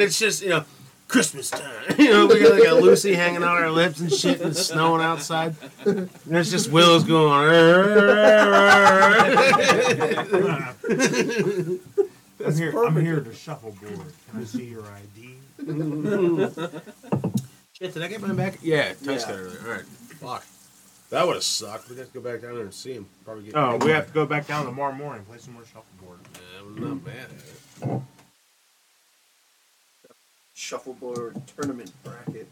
it's just, you know, Christmas time. You know, we got like a Lucy hanging on our lips and shit, and it's snowing outside. And it's just Willow's going. I'm here, I'm here to shuffleboard. Can I see your ID? shit, did I get mine back? Yeah, touched that earlier. All right. Fuck. That would have sucked. We'd have to go back down there and see him. Probably get. Oh, we have to go back down tomorrow morning and play some more shuffleboard. Yeah, I'm not mad at it. Shuffleboard tournament bracket.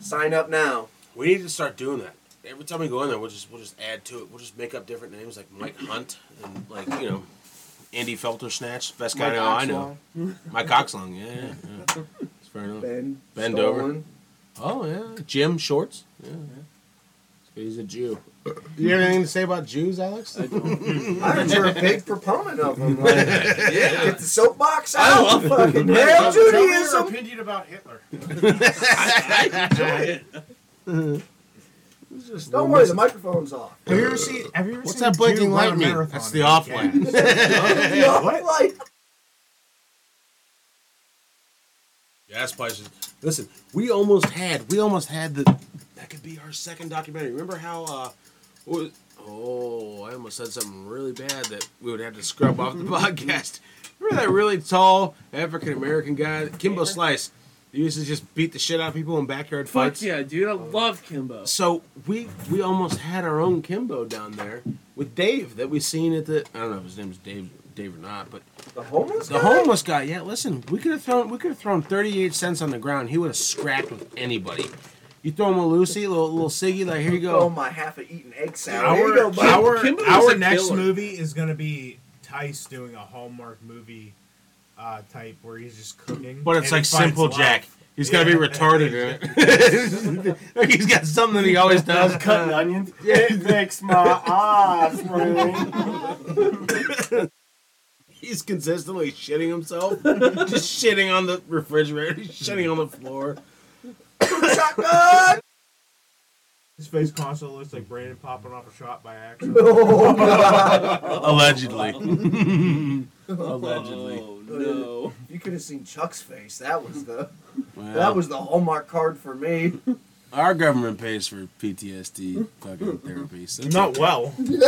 Sign up now. We need to start doing that. Every time we go in there, we'll just we'll just add to it. We'll just make up different names like Mike Hunt and like you know, Andy Feltersnatch, best guy now I know. Mike Oxlong, yeah, yeah, yeah. That's fair enough. Ben. Bend Dolan. Oh yeah, Jim Shorts. Yeah, he's a Jew. Uh, You have anything to say about Jews, Alex? I heard you're a big proponent of them. Like, Get the soapbox I out. love fucking Tell nail me your Judaism. opinion about Hitler. Don't worry, the microphone's off. Have you ever seen? Have you ever What's seen that blinking Jew run a light mean? marathon That's in the off UK? light. Yeah, like, Yeah, that's spices. Listen, we almost had, we almost had the. That could be our second documentary. Remember how? uh what was, Oh, I almost said something really bad that we would have to scrub off the podcast. Remember that really tall African American guy, Kimbo Slice? He used to just beat the shit out of people in backyard Fuck fights. yeah, dude. I love Kimbo. So we we almost had our own Kimbo down there with Dave that we seen at the. I don't know if his name was Dave Dave or not, but the homeless the homeless guy, yeah. Listen, we could have thrown we could have thrown thirty eight cents on the ground. He would have scrapped with anybody. You throw him a Lucy, little little Siggy, like here you Oh, go. my half-eaten egg Our salad. There you go, bud. our, Kimbo was our a next killer. movie is gonna be Tice doing a Hallmark movie uh, type where he's just cooking, But it's and like he finds Simple love. Jack. He's got to be Yeah. retarded in it. he's got something he always does. Cutting onions. It makes my eyes ring. He's consistently shitting himself, just shitting on the refrigerator, shitting on the floor. Shotgun. His face constantly looks like Brandon popping off a shot by accident. Allegedly. Allegedly. Oh, no. You could have seen Chuck's face. That was the Well. that was the hallmark card for me. Our government pays for PTSD fucking therapy. So it's Not okay. well. No,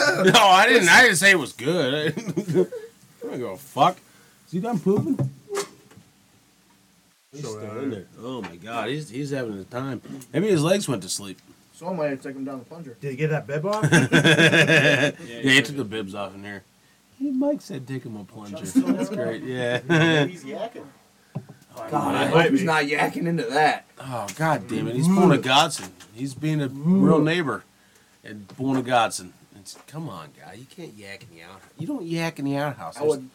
I didn't. I didn't say it was good. I don't go fuck. Is he done pooping? He's So, still uh, in there. Oh my god, he's he's having a time. Maybe his legs went to sleep. So I might have taken him down the plunger. Did he get that bib off? yeah, he took the bibs off in there. Hey, Mike said take him a plunger. That's great. Yeah. He's yakking. God, Oh, I Might hope he's be. not yakking into that. Oh god damn it! He's Mm. born a godson. He's being a real neighbor, and born a godson. It's, come on, guy. You can't yak in the outhouse. You don't yak in the outhouse. I would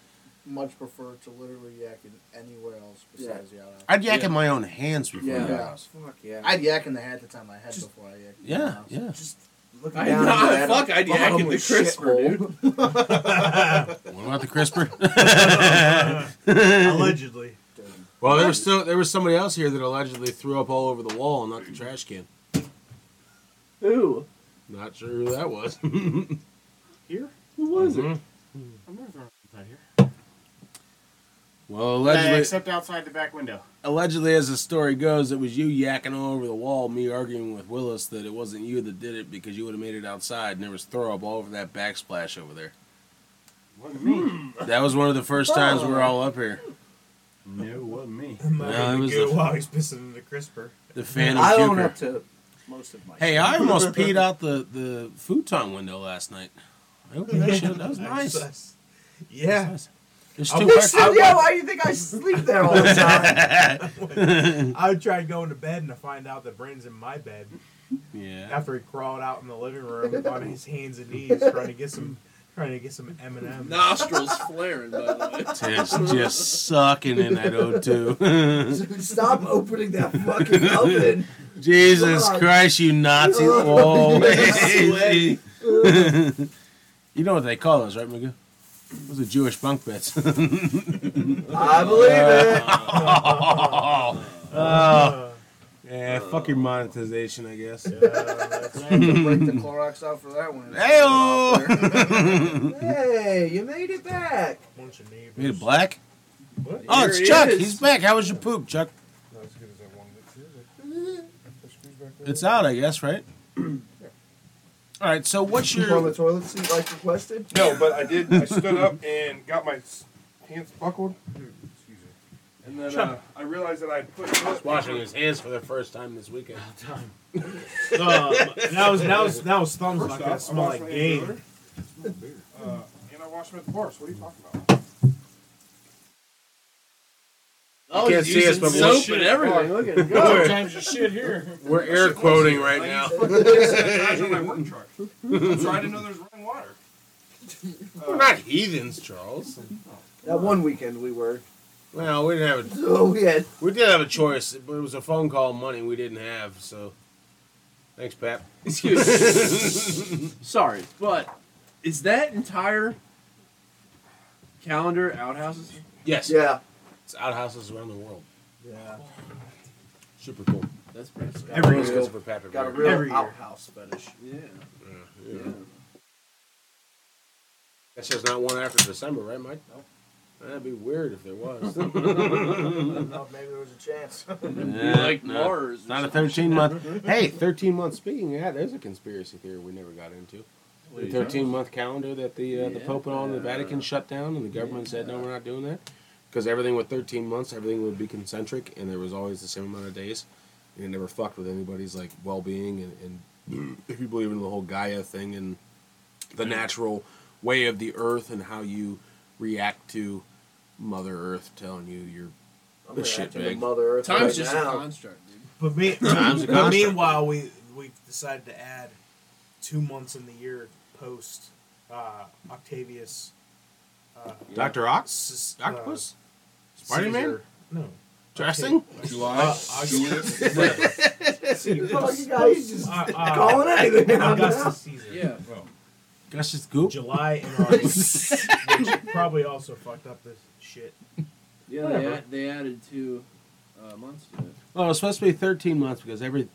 much prefer to literally yak in anywhere else besides the outhouse. I'd yak in my own hands before Yeah. the Yeah. outhouse. Fuck yeah. I'd yak in the hat the time I had Just- before I yacked. in the Yeah, house. yeah. Just looking I- down nah, into that fuck, I'd yak in the bottomless crisper, shithole. dude. What about the crisper? Allegedly. well, there was still there was somebody else here that allegedly threw up all over the wall and not the trash can. Who? Not sure who that was. Mm-hmm. Who was it? I'm never throwing outside here. well, Uh, allegedly, except outside the back window. allegedly, as the story goes, it was you yakking all over the wall, me arguing with Willis that it wasn't you that did it because you would have made it outside, and there was throw up all over that backsplash over there. Wasn't me. That was one of the first times we were all up here. No, wasn't me. Might No, be it was good the- while he's pissing in the crisper. The Phantom I own Puker. up to most of my. Hey, I almost peed out the, the futon window last night. I opened that shit. That was nice. That That's- Yeah. was nice. There's I two wish parts. Shit, yeah, why do you think I sleep there all the time? I tried going to bed and I find out that Brandon's in my bed Yeah. after he crawled out in the living room on his hands and knees trying to get some trying to get some M and M's. Nostrils flaring, by the It's just sucking in that O2. Stop opening that fucking oven. Jesus Christ, you Nazi. Whoa. you know what they call those, right, Miguel? Those are Jewish bunk beds. I believe it. oh. Yeah, fuck your monetization, I guess. I have to break the Clorox out for that one. Hey-o! Hey, you made it back. bunch of neighbors. Made it black? What? Oh, it's Here he Chuck. is. He's back. How was your poop, Chuck? Not as good as I wanted it to. but- It's out, I guess, right? All right. So, what's From the your? toilet seat like requested. No, but I did. I stood up and got my s- pants buckled. And then uh, I realized that I had put. his hands for the first time this weekend. Um, now his now his now his thumb's not First off, gonna I smell washed like my hands game. earlier. Uh, and I washed them at the bar. So what are you talking about? Oh, way. can't see us, but we'll- soap and everything. Look at it. go. Sometimes you shit here. We're air quoting right Like, now. you fucking pissed in the trash on my work truck. I'm trying to know there's running water. We're not heathens, Charles. That one weekend we were. Well, we didn't have a, So we had we did have a choice, but it was a phone call money we didn't have. So, thanks, Pat. Excuse me. Sorry, but is that entire calendar outhouses? Yes, yeah. it's outhouses around the world. Yeah. Super cool. That's pretty sick. Every Let's year. go for Patrick. Got a Mayer. real Every year. outhouse fetish. Yeah. Yeah. That's just not one after December, right, Mike? That'd be weird if there was. Oh, maybe there was a chance. like Mars. Not a 13 month. Hey, 13 month. Speaking of that, there's a conspiracy theory we never got into. The 13 month calendar that the uh, the Pope and all in the Vatican shut down, and the government said, no, we're not doing that. Because everything with 13 months, everything would be concentric, and there was always the same amount of days. And it never fucked with anybody's like well being. And, and if you believe in the whole Gaia thing and the natural way of the earth and how you react to Mother Earth telling you you're. I'm This shit reacting to big. Mother Earth Time's right just a now. construct, dude. But me, Time's a but construct. meanwhile we we decided to add two months in the year post uh, Octavius. Uh, Dr. Ox? Sis- uh, Octopus? Spider Man? Caesar- No. Uh, Dressing? July. Julius. Fuck you guys just Uh, uh, calling anything out now. Augustus Caesar. Yeah. Gosh, it's goop. July and August, which probably also fucked up this shit. Yeah, they, Whatever. add, they added two uh, months to it. Oh, Well, it's supposed to be 13 months because every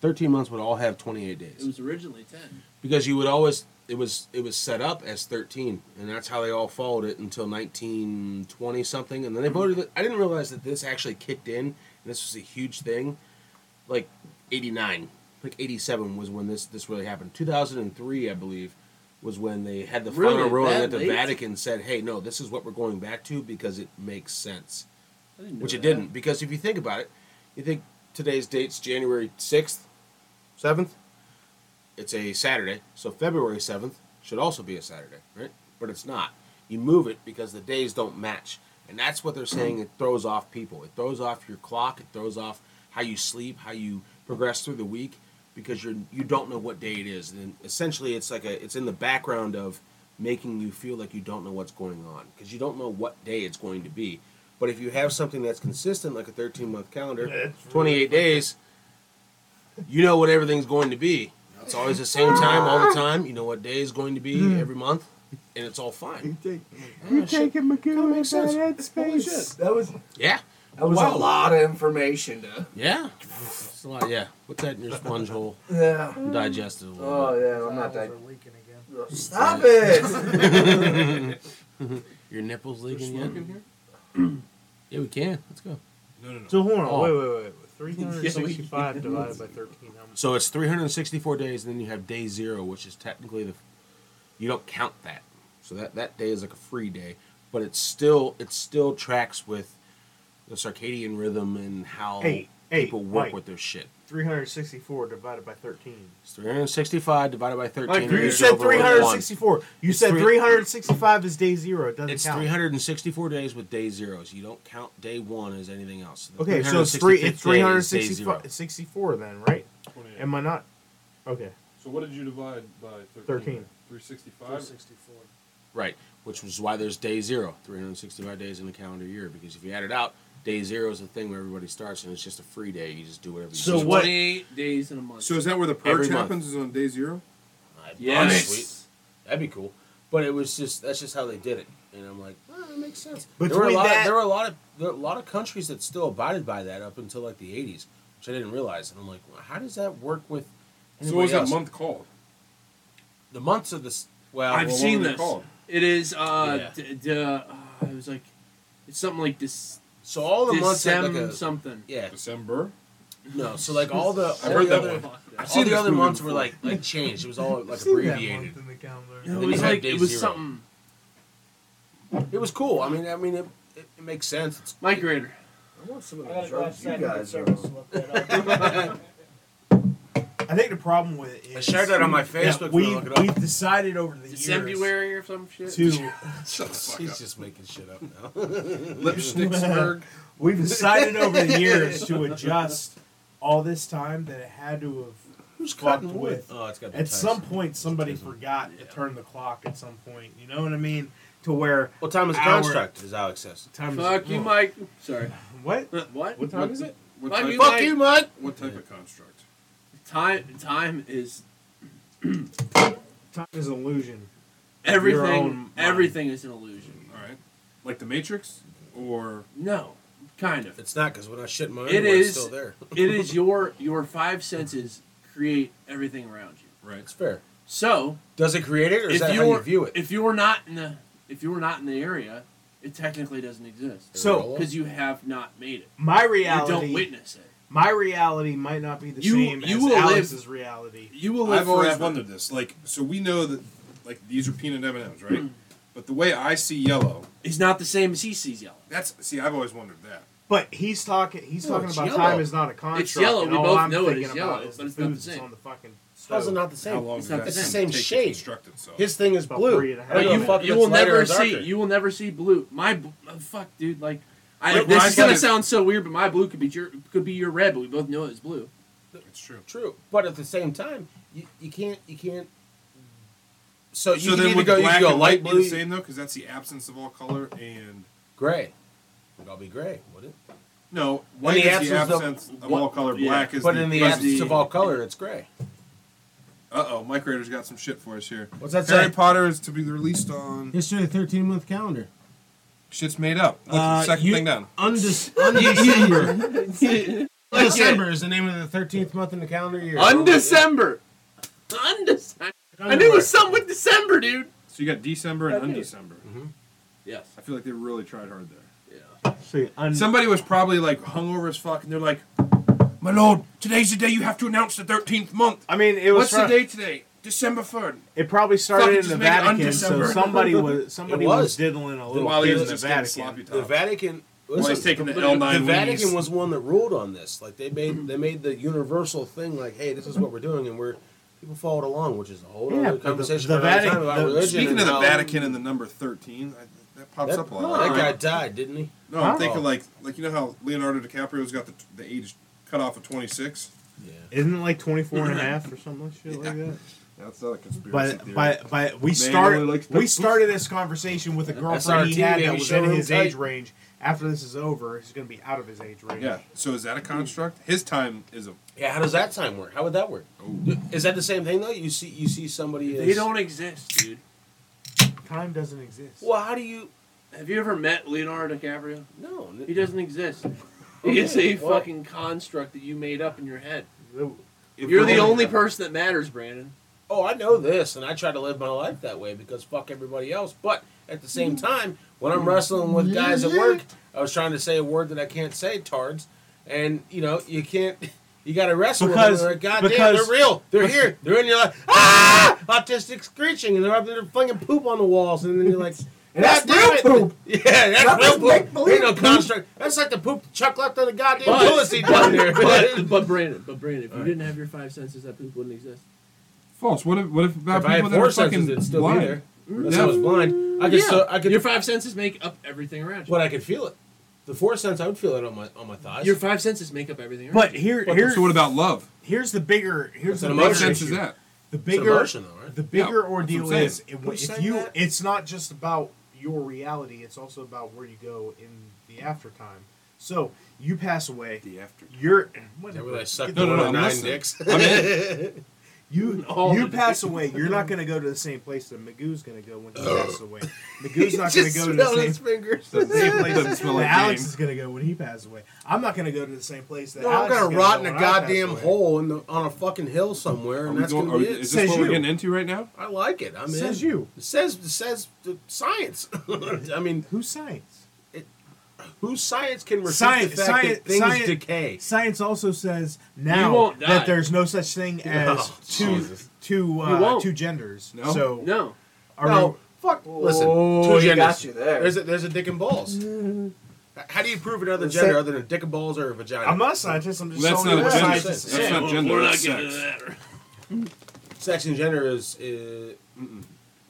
13 months would all have 28 days. It was originally ten. because you would always it was it was set up as 13 and that's how they all followed it until 1920 something and then they voted it. i didn't realize that this actually kicked in and this was a huge thing like 89 like 87 was when this this really happened 2003 i believe was when they had the Really? final ruling that That the late? vatican said hey no this is what we're going back to because it makes sense I didn't know which it that. didn't because if you think about it you think today's date's january 6th 7th it's a saturday so february 7th should also be a saturday right but it's not you move it because the days don't match and that's what they're saying it throws off people it throws off your clock it throws off how you sleep how you progress through the week because you're you don't know what day it is and essentially it's like a it's in the background of making you feel like you don't know what's going on because you don't know what day it's going to be but if you have something that's consistent like a 13 month calendar That's really 28 days you know what everything's going to be it's always the same time Ah. all the time you know what day is going to be Hmm. every month and it's all fine Ah, You're taking Magoo makes sense. that space. That was yeah that was Wow. a lot of information to. yeah it's a lot yeah put that in your sponge hole Yeah. and digest it a little Oh yeah, I'm not Towels that. are leaking again. Stop it! Your nipples leaking yet? Yeah, we can. Let's go. No, no, no. So hold on, Oh. wait, wait, wait. Three hundred sixty-five divided by thirteen. How much? So it's 364 days, and then you have day zero, which is technically the you don't count that. So that that day is like a free day, but it's still it still tracks with the circadian rhythm and how Hey, hey, people work Mike. with their shit. Three hundred sixty-four divided by thirteen. It's 365 divided by 13. and you it's said over with three one. hundred sixty-four. You It's said three- three hundred sixty-five is day zero. It doesn't It's count. 364 days with day zeros. You don't count day one as anything else. The Okay, so it's three. It's 365th day is day zero. 365 64 then, right? 28. Am I not? Okay. So what did you divide by 13? 13. 365? 64. Right, which was why there's day zero, 365 days in the calendar year, because if you add it out, day zero is the thing where everybody starts and it's just a free day. You just do whatever you So do. what- Twenty-eight days in a month. So is that where the Every purge month. happens? Is on day zero? Yes. That'd be cool. But it was just, that's just how they did it. And I'm like, well, that makes sense. But there were, a Between lot that- of, there were a lot of there were a lot of countries that still abided by that up until like the 80s, which I didn't realize. And I'm like, well, how does that work with So what anybody was that else? month called? The months of this, well, I've well, what seen was it this. called? It is. uh, Yeah. d- d- uh It was like it's something like this. so all the months had like December a, something. yeah, December? no, so like all the, all heard the that other, one. Fuck that. I've all seen the this other movie months were before. like like changed. It was all like Seen that abbreviated. month in the calendar. It then you was had like day it was zero. something. It was cool. I mean, I mean, it, it, it makes sense. It's, My grader. I want some of I gotta the go drugs you outside and get guys are service on. and look that up. I think the problem with it is I shared that on my Facebook. that when I we looked it up. we've decided over the years Decembuary or some shit. to Shut the fuck He's up. just making shit up now. Lipschnitzberg. we've decided over the years to adjust all this time that it had to have. Who's cutting wood? Oh, it's got the At ties. some point, somebody forgot to turn the clock. At some point, you know what I mean? To where What time is the Hour. construct? Is Alex says. time Fuck is, you, Mike. Sorry. What? What? What time is it? What Fuck type, you, Mike. Mike. what type of construct? Time. Time is Time is an illusion. own everything. mind. Everything is an illusion. All right. Like the Matrix? Or No, kind of. It's not because when I shit my underwear, It it's is. still there. it is your your five senses create everything around you. right? It's fair. So Does it create it, or is if that you how were you view it? if you were not in the if you were not in the area, it technically doesn't exist So, because you have not made it. My You reality. don't witness it. my reality might not be the You- same you as will Alex's reality. You will live I've always forever. wondered this. Like, so we know that, like, these are peanut M&Ms, Hmm. right? but the way I see yellow, It's not the same as he sees yellow. that's, see, I've always wondered that. But he's talking. He's Oh, No, talking it's about yellow. time is not a construct. yellow, and we all both I'm know it thinking is about yellow, is but the it's not the food that's same. on the fucking. How's it stove. not the How same? long It's does not that the take same to shade. construct itself? His thing is About blue. three and a half I But don't minutes. give a you, fuck if you it's will lighter never or darker. see you will never see blue. My bl- uh, fuck, dude. Like, I, Like, this when is I gonna see- sound so weird, but my blue could be your could be your red, but we both know it's blue. It's true. True, but at the same time, you, you can't you can't. So you so can then either would go you black can go and light white be blue, the same though? Because that's the absence of all color and gray. It'd all be gray, would it? no white the is the absence of- absence of, all color. yeah. Black is But the in the presence absence of all color, it's gray. Uh oh, Mike Rader's got some shit for us here. What's that Harry say? Potter is to be released on. History of the thirteen month calendar. Shit's made up. Look, Uh, second you- thing down. Undis- undecember. Like it. December is the name of the thirteenth month in the calendar year. Undecember. Undecember. I knew it was something with December, dude. So you got December and Undecember. Mm-hmm. Yes. I feel like they really tried hard there. See, un- Somebody was probably like hungover as fuck, and they're like, "My lord, today's the day you have to announce the thirteenth month. I mean, it was. What's the from- day today? December third. It probably Fucking started in just the make it Vatican, so undecembered. somebody was somebody was. was. diddling a little While he kid was in the just getting sloppy Vatican. the top. Vatican. Well, he's taking the the, L9 Vatican Wheaties. was one that ruled on this. Like they made they made the universal thing. Like, hey, this is what we're doing, and we're people followed along, which is a whole Yeah, other but the- conversation. the for another Vatican- time about the- religion Speaking and of the how- Vatican and the number thirteen, I, that pops that, up a lot. that Like, guy died, didn't he? no, I'm Huh? thinking like like you know how Leonardo DiCaprio's got the the age cut off of twenty six. Isn't it like 24 and a half or something like shit like that? That's not a conspiracy But theory. but but we only likes start we pimples. started this conversation with a girlfriend he SRT, had baby, that was show in him his tight. age range. After this is over, he's gonna be out of his age range. yeah, so is that a construct? His time is a Yeah, how does that time work? How would that work? Is that the same thing though? You see, you see somebody. They as- don't exist, dude. Time doesn't exist. Well, how do you? Have you ever met Leonardo DiCaprio? No, He doesn't exist. He is a well- fucking construct that you made up in your head. If You're we're the only- only person that matters, Brandon. oh, I know this, and I try to live my life that way because fuck everybody else. But at the same time, when I'm wrestling with guys at work, I was trying to say a word that I can't say, tards, and you know you can't. You got to wrestle Because- with them. They're, Goddamn, because- they're real. They're here. They're in your life. Ah! Autistic screeching, and they're up there flinging poop on the walls, and then you're like. That's "God damn real it." poop. Yeah, that's That was real poop. make-believe Ain't no poop. construct. That's like the poop Chuck left on the goddamn But- toilet seat down there. But, but Brandon, but Brandon, if you didn't have your five senses, that poop wouldn't exist. false. What if what if about if I people had that are four senses, fucking it'd still blind? be there. Unless Yeah. I was blind, I could still, I could, your five senses make up everything around you. but I could feel it. The four sense, I would feel it on my on my thighs. Your five senses make up everything around But here here's So what about love? here's the bigger here's That's an the What bigger emotion sense is issue. that? the it's an bigger emotion, though, right? the bigger that's what I'm ordeal saying. is if, Who if said you that? it's not just about your reality, it's also about where you go in the aftertime. So you pass away. The after. You're Is that where I sucked No, no, one no, of I'm nine listening. dicks? I mean, You all you the pass away. You're not gonna go to the same place that Magoo's gonna go when he passes away. Magoo's not gonna go to the same, fingers. the same place Doesn't that smell like Alex game. is gonna go when he passes away. I'm not gonna go to the same place that No, I'm Alex is gonna rot in go a when I pass goddamn away. hole in the, on a fucking hill somewhere, are and we that's going, gonna are, be we- it. is this Says what you. we're getting into right now? I like it. I'm Says in. you. It says it says the science. I mean, Who's science? whose science can refute Science- the fact science- that things science- decay? Science also says You now won't die. that there's no such thing as Oh, two Jesus. two You uh, won't. two genders. No. So No. are No, we- fuck. Listen, Oh, two he genders. got you there. There's a, there's a dick and balls. How do you prove another Let's gender say- other than dick and balls or a vagina? I'm not a scientist. I'm just Well, that's telling not you what a gender. scientists That's say. not gender. We're not that's getting sex. into that. Sex and gender is. Uh,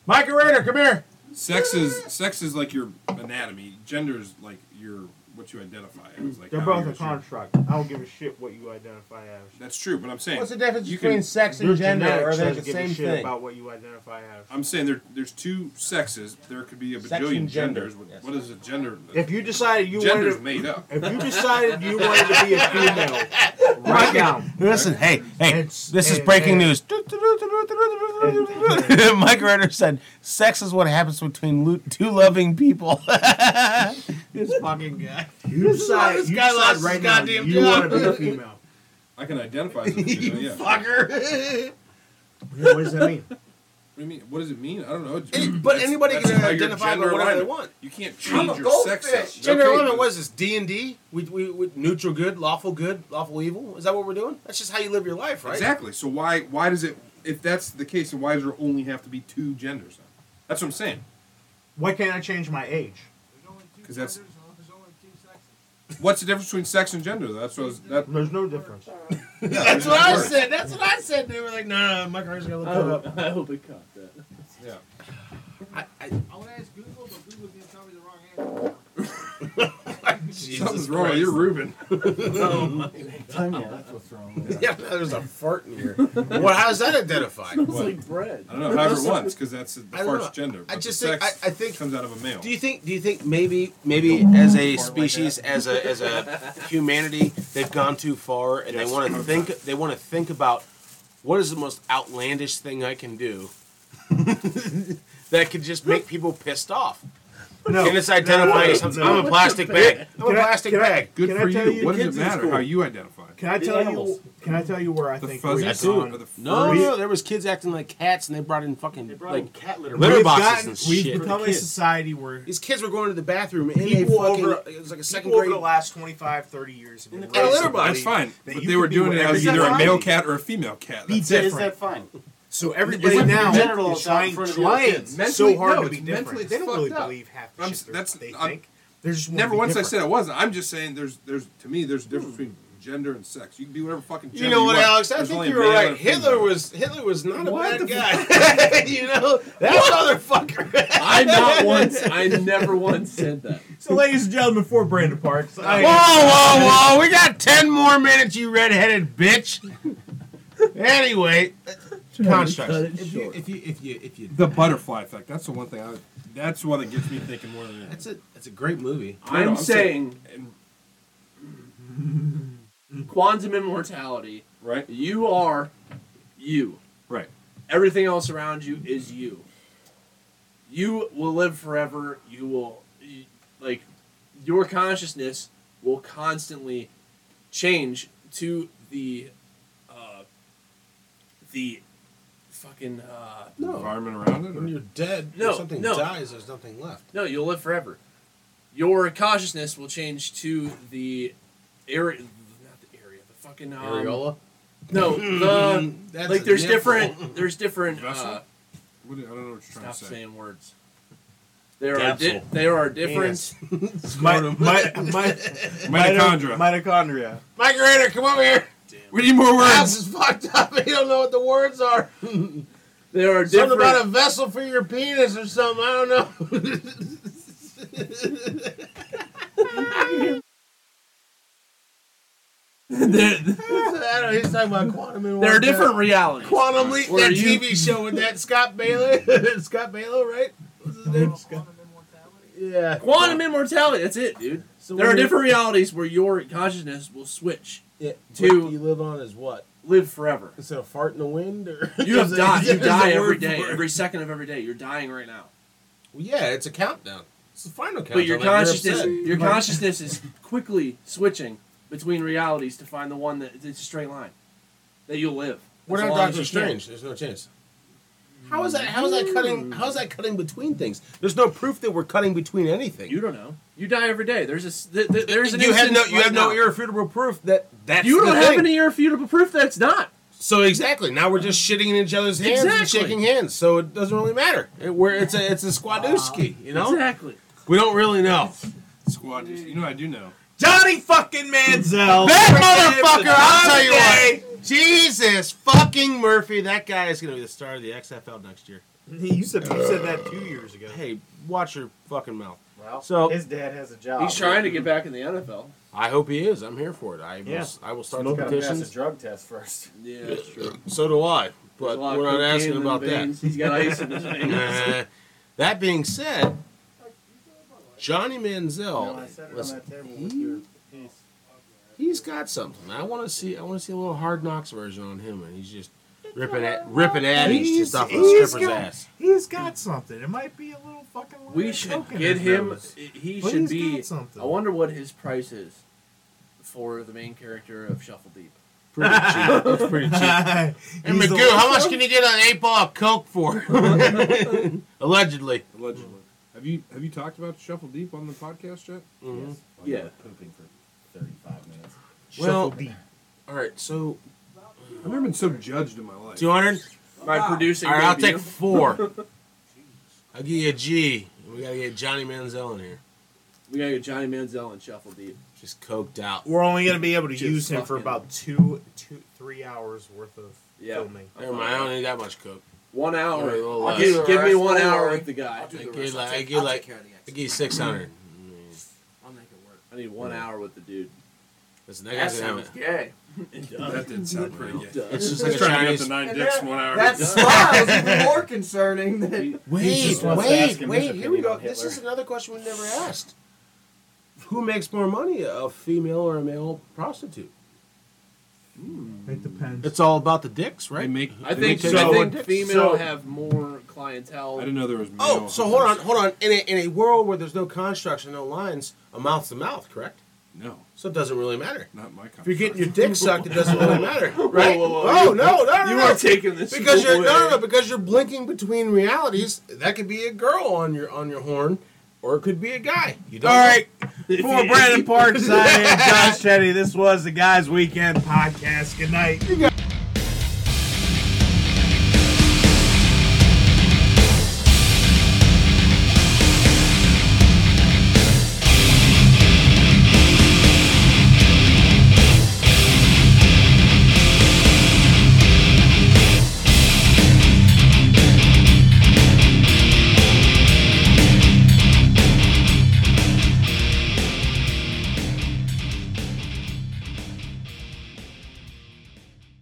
Micah Rader, come here. Sex is sex is like your anatomy. Gender is like your what you identify as. Like They're how both you're a shaped. construct. I don't give a shit what you identify as. That's true, but I'm saying What's the difference you between can- sex Your and gender? Are genetics they the doesn't give a same shit thing? about what you identify as. I'm saying there there's two sexes. There could be a Sex bajillion and gender. genders. What- Yes. What is a gender? If you decided you Gender's wanted made up. to, if you decided you wanted to be a female, right now, Listen, hey, hey, It's- this is it- breaking it- news. Mike Renner said, "Sex is what happens between lo- two loving people." this fucking guy. you why decide, this you guy decide lost right his now goddamn you want job. to be a female. I can identify as a female. yeah. What Fucker. What does that mean? do you mean? What does it mean? I don't know. It's- Any- but that's- anybody that's can how your identify gender by whatever they alignment. want. You can't change your sex. goldfish. up. Gender Okay, alignment. but- What is this? D and D? We we we neutral good, lawful good, lawful evil. Is that what we're doing? That's just how you live your life, right? Exactly. So why why does it if that's the case, then why does there only have to be two genders? Then? That's what I'm saying. Why can't I change my age? Because that's what's the difference between sex and gender? though? That's what I was, that. There's no difference. That's what I said. That's what I said. They were like, "No, no, no Mike Renner's gonna I look that up." hope, I hope it caught that. Yeah. I, I, Something's wrong. You're Reuben. Oh, That's what's wrong. With Yeah, there's a fart in here. well, how is that identified? It's like bread. I don't know. However, once because that's the I don't first know. gender. I but just the think- sex I- I think- comes out of a male. Do you think? Do you think maybe maybe as a species, as a as a humanity, they've gone too far and they want to think they want to think about what is the most outlandish thing I can do that could just make people pissed off. No. Can this identify No. as something? I'm a plastic bag. I'm a Can I- plastic can I- bag. Good Can I for tell you. you What the does kids it in matter school? how you identify? Can I The tell animals. you? Can I tell you where I The think fuzzy we've suit gone? or the fur- No, We- no, there was kids acting like cats, and they brought in fucking brought in like cat litter. litter We've boxes gotten- and We've shit. for the become a kids. society where These kids were going to the bathroom and they people fucking. over it was like a second people over grade. the last 25, 30 years have In been the raised class. to That's believe fine. that But you they can were be doing it whatever as you either a want male to be. cat or a female cat. Be That's Is different. that fine? So everybody like now general is is out trying, in front of the other trying kids. so Mentally, hard no, to be it's mentally different. They don't fucked really up. believe half the I'm s- shit that's- they I'm- think. They're just wanting to Never be once I said different. I wasn't. I'm just saying there's there's to me there's a difference between gender and sex. You can be whatever fucking gender You know what, want. Alex? I There's think only you a were male right. and a female. Hitler was Hitler was not a What bad the guy. you know that motherfucker. I not once, I never once said that. So, ladies and gentlemen, for Brandon Parks, I Whoa, whoa, whoa! We got ten more minutes, you redheaded bitch. Anyway, constructs. it If you, if you, if you, if you, the butterfly effect. That's the one thing. I that's one that gets me thinking more than anything. That's a that's a great movie. No, I'm I'm saying- saying quantum immortality. Right. You are you. Right. Everything else around you is you. You will live forever. You will you, like your consciousness will constantly change to the uh, the fucking uh, No. Environment around it. Or? you're dead, No, something no. dies. There's nothing left. No, you'll live forever. Your consciousness will change to the area, not the area, the fucking um, Areola? No, the That's like. There's different. There's different. Uh, Vessel? What do you- I don't know what you're trying stop to say. saying words. There are di- Capsule. there are different. my, my, my, Mitochondria. Mitochondria. Migrator, come over here. we need more House words. is fucked up. You don't know what the words are. There are Something different. about a vessel for your penis or something. I don't know. there, I don't, he's talking about quantum. there are different realities. Quantum Leap, Where that you- TV show with that Scott Bailey. Scott Bailey, right? What's his name? Scott. Yeah. Quantum immortality. That's it, dude. there are different realities where your consciousness will switch, Yeah, Two. what you live on is what? live forever. Is it a fart in the wind? Or You have Is it- died. You is it a die word every for day, it? every second of every day. You're dying right now. Well, yeah, it's a countdown. It's the final countdown. But your like you're consciousness, upset. your consciousness is quickly switching between realities to find the one that it's a straight line that you'll live. We're as not long as Doctor you can. Strange. There's no chance. How is that? How is that cutting? How is that cutting between things? There's no proof that we're cutting between anything. You don't know. You die every day. There's a s- th- th- there's an You have no. instance You right have now. no irrefutable proof that that's. You the don't have thing. any irrefutable proof that it's not. So exactly. Now we're just shitting in each other's hands and Exactly. shaking hands. So it doesn't really matter. It, we're, it's a it's a Squadooski. You know. Exactly. We don't really know. Squad. You know I do know. Johnny fucking Manziel. That motherfucker, I'll tell you what. Jesus fucking Murphy, that guy is going to be the star of the XFL next year. You said, you said that two years ago. Hey, watch your fucking mouth. well, So- his dad has a job. Oh, He's trying to get back in the NFL. I hope he is. I'm here for it. I will, Yeah. I will start the He's got to pass a petitions. drug test first. Yeah, that's true. So do I. There's But a lot of we're not cocaine asking in about the veins. that. He's got ice in his veins. Nah. that being said, Johnny No, Manziel, I said it on listen, that table with your piece. he's got something. I want to see. I want to see a little Hard Knocks version on him, and he's just ripping at ripping Addies He's- just off a he's stripper's got- ass. He's got something. It might be a little fucking. line We of should coke in get his him. nose. He But should he's be. got something. I wonder what his price is for the main character of Shuffle Deep. Pretty cheap. It's pretty cheap. And He's Magoo, how the- much can you get on eight ball of coke for? Allegedly. Allegedly. Have you have you talked about Shuffle Deep on the podcast Mhm. yet? Yes. While you Yeah. were Pooping for 35 minutes. Well, all right. So I've never been so judged in my life. two hundred. My producing All right, I'll take debut. four. I'll give you a G. We gotta get Johnny Manziel in here. We gotta get Johnny Manziel and Shuffle Deep. Just coked out. We're only gonna be able to Just use him for fucking- about two, two, three hours worth of Yeah. filming. Never mind. I don't need that much coke. One hour. Alright, well, I'll uh, give, I'll give me do the one rest. Don't hour worry. with the guy. I'll do I the give rest. like- I'll I take- give I'll take like- care of the I extra. give you six hundred. I'll make it work. I need one hour with the dude. Listen, that guy's gonna have it. gay. That didn't sound pretty good. It's just He's like a trying to get Chinese. the nine And dicks that- in one hour. That smile is even more concerning than. He Wait, just wants to ask wait, him his wait. Here we opinion go. on This Hitler. is another question we never asked. Who makes more money, a female or a male prostitute? It depends. It's all about the dicks, right? I They think, take I all think the dicks. female So- have more clientele. I didn't know there was. Oh, male so hold on, hunters. hold on. In a, in a world where there's no construction, no lines, a mouth's a mouth, correct? No, So it doesn't really matter. not my kind. If you're getting your dick sucked, it doesn't really matter, right? whoa, whoa. Oh no, no, no, You no. are taking this because you're no, no, away. no, because you're blinking between realities. That could be a girl on your on your horn, or it could be a guy. You don't. All know. right. For Brandon Parks, I am John Shetty. This was the Guys Weekend Podcast. Good night. You got-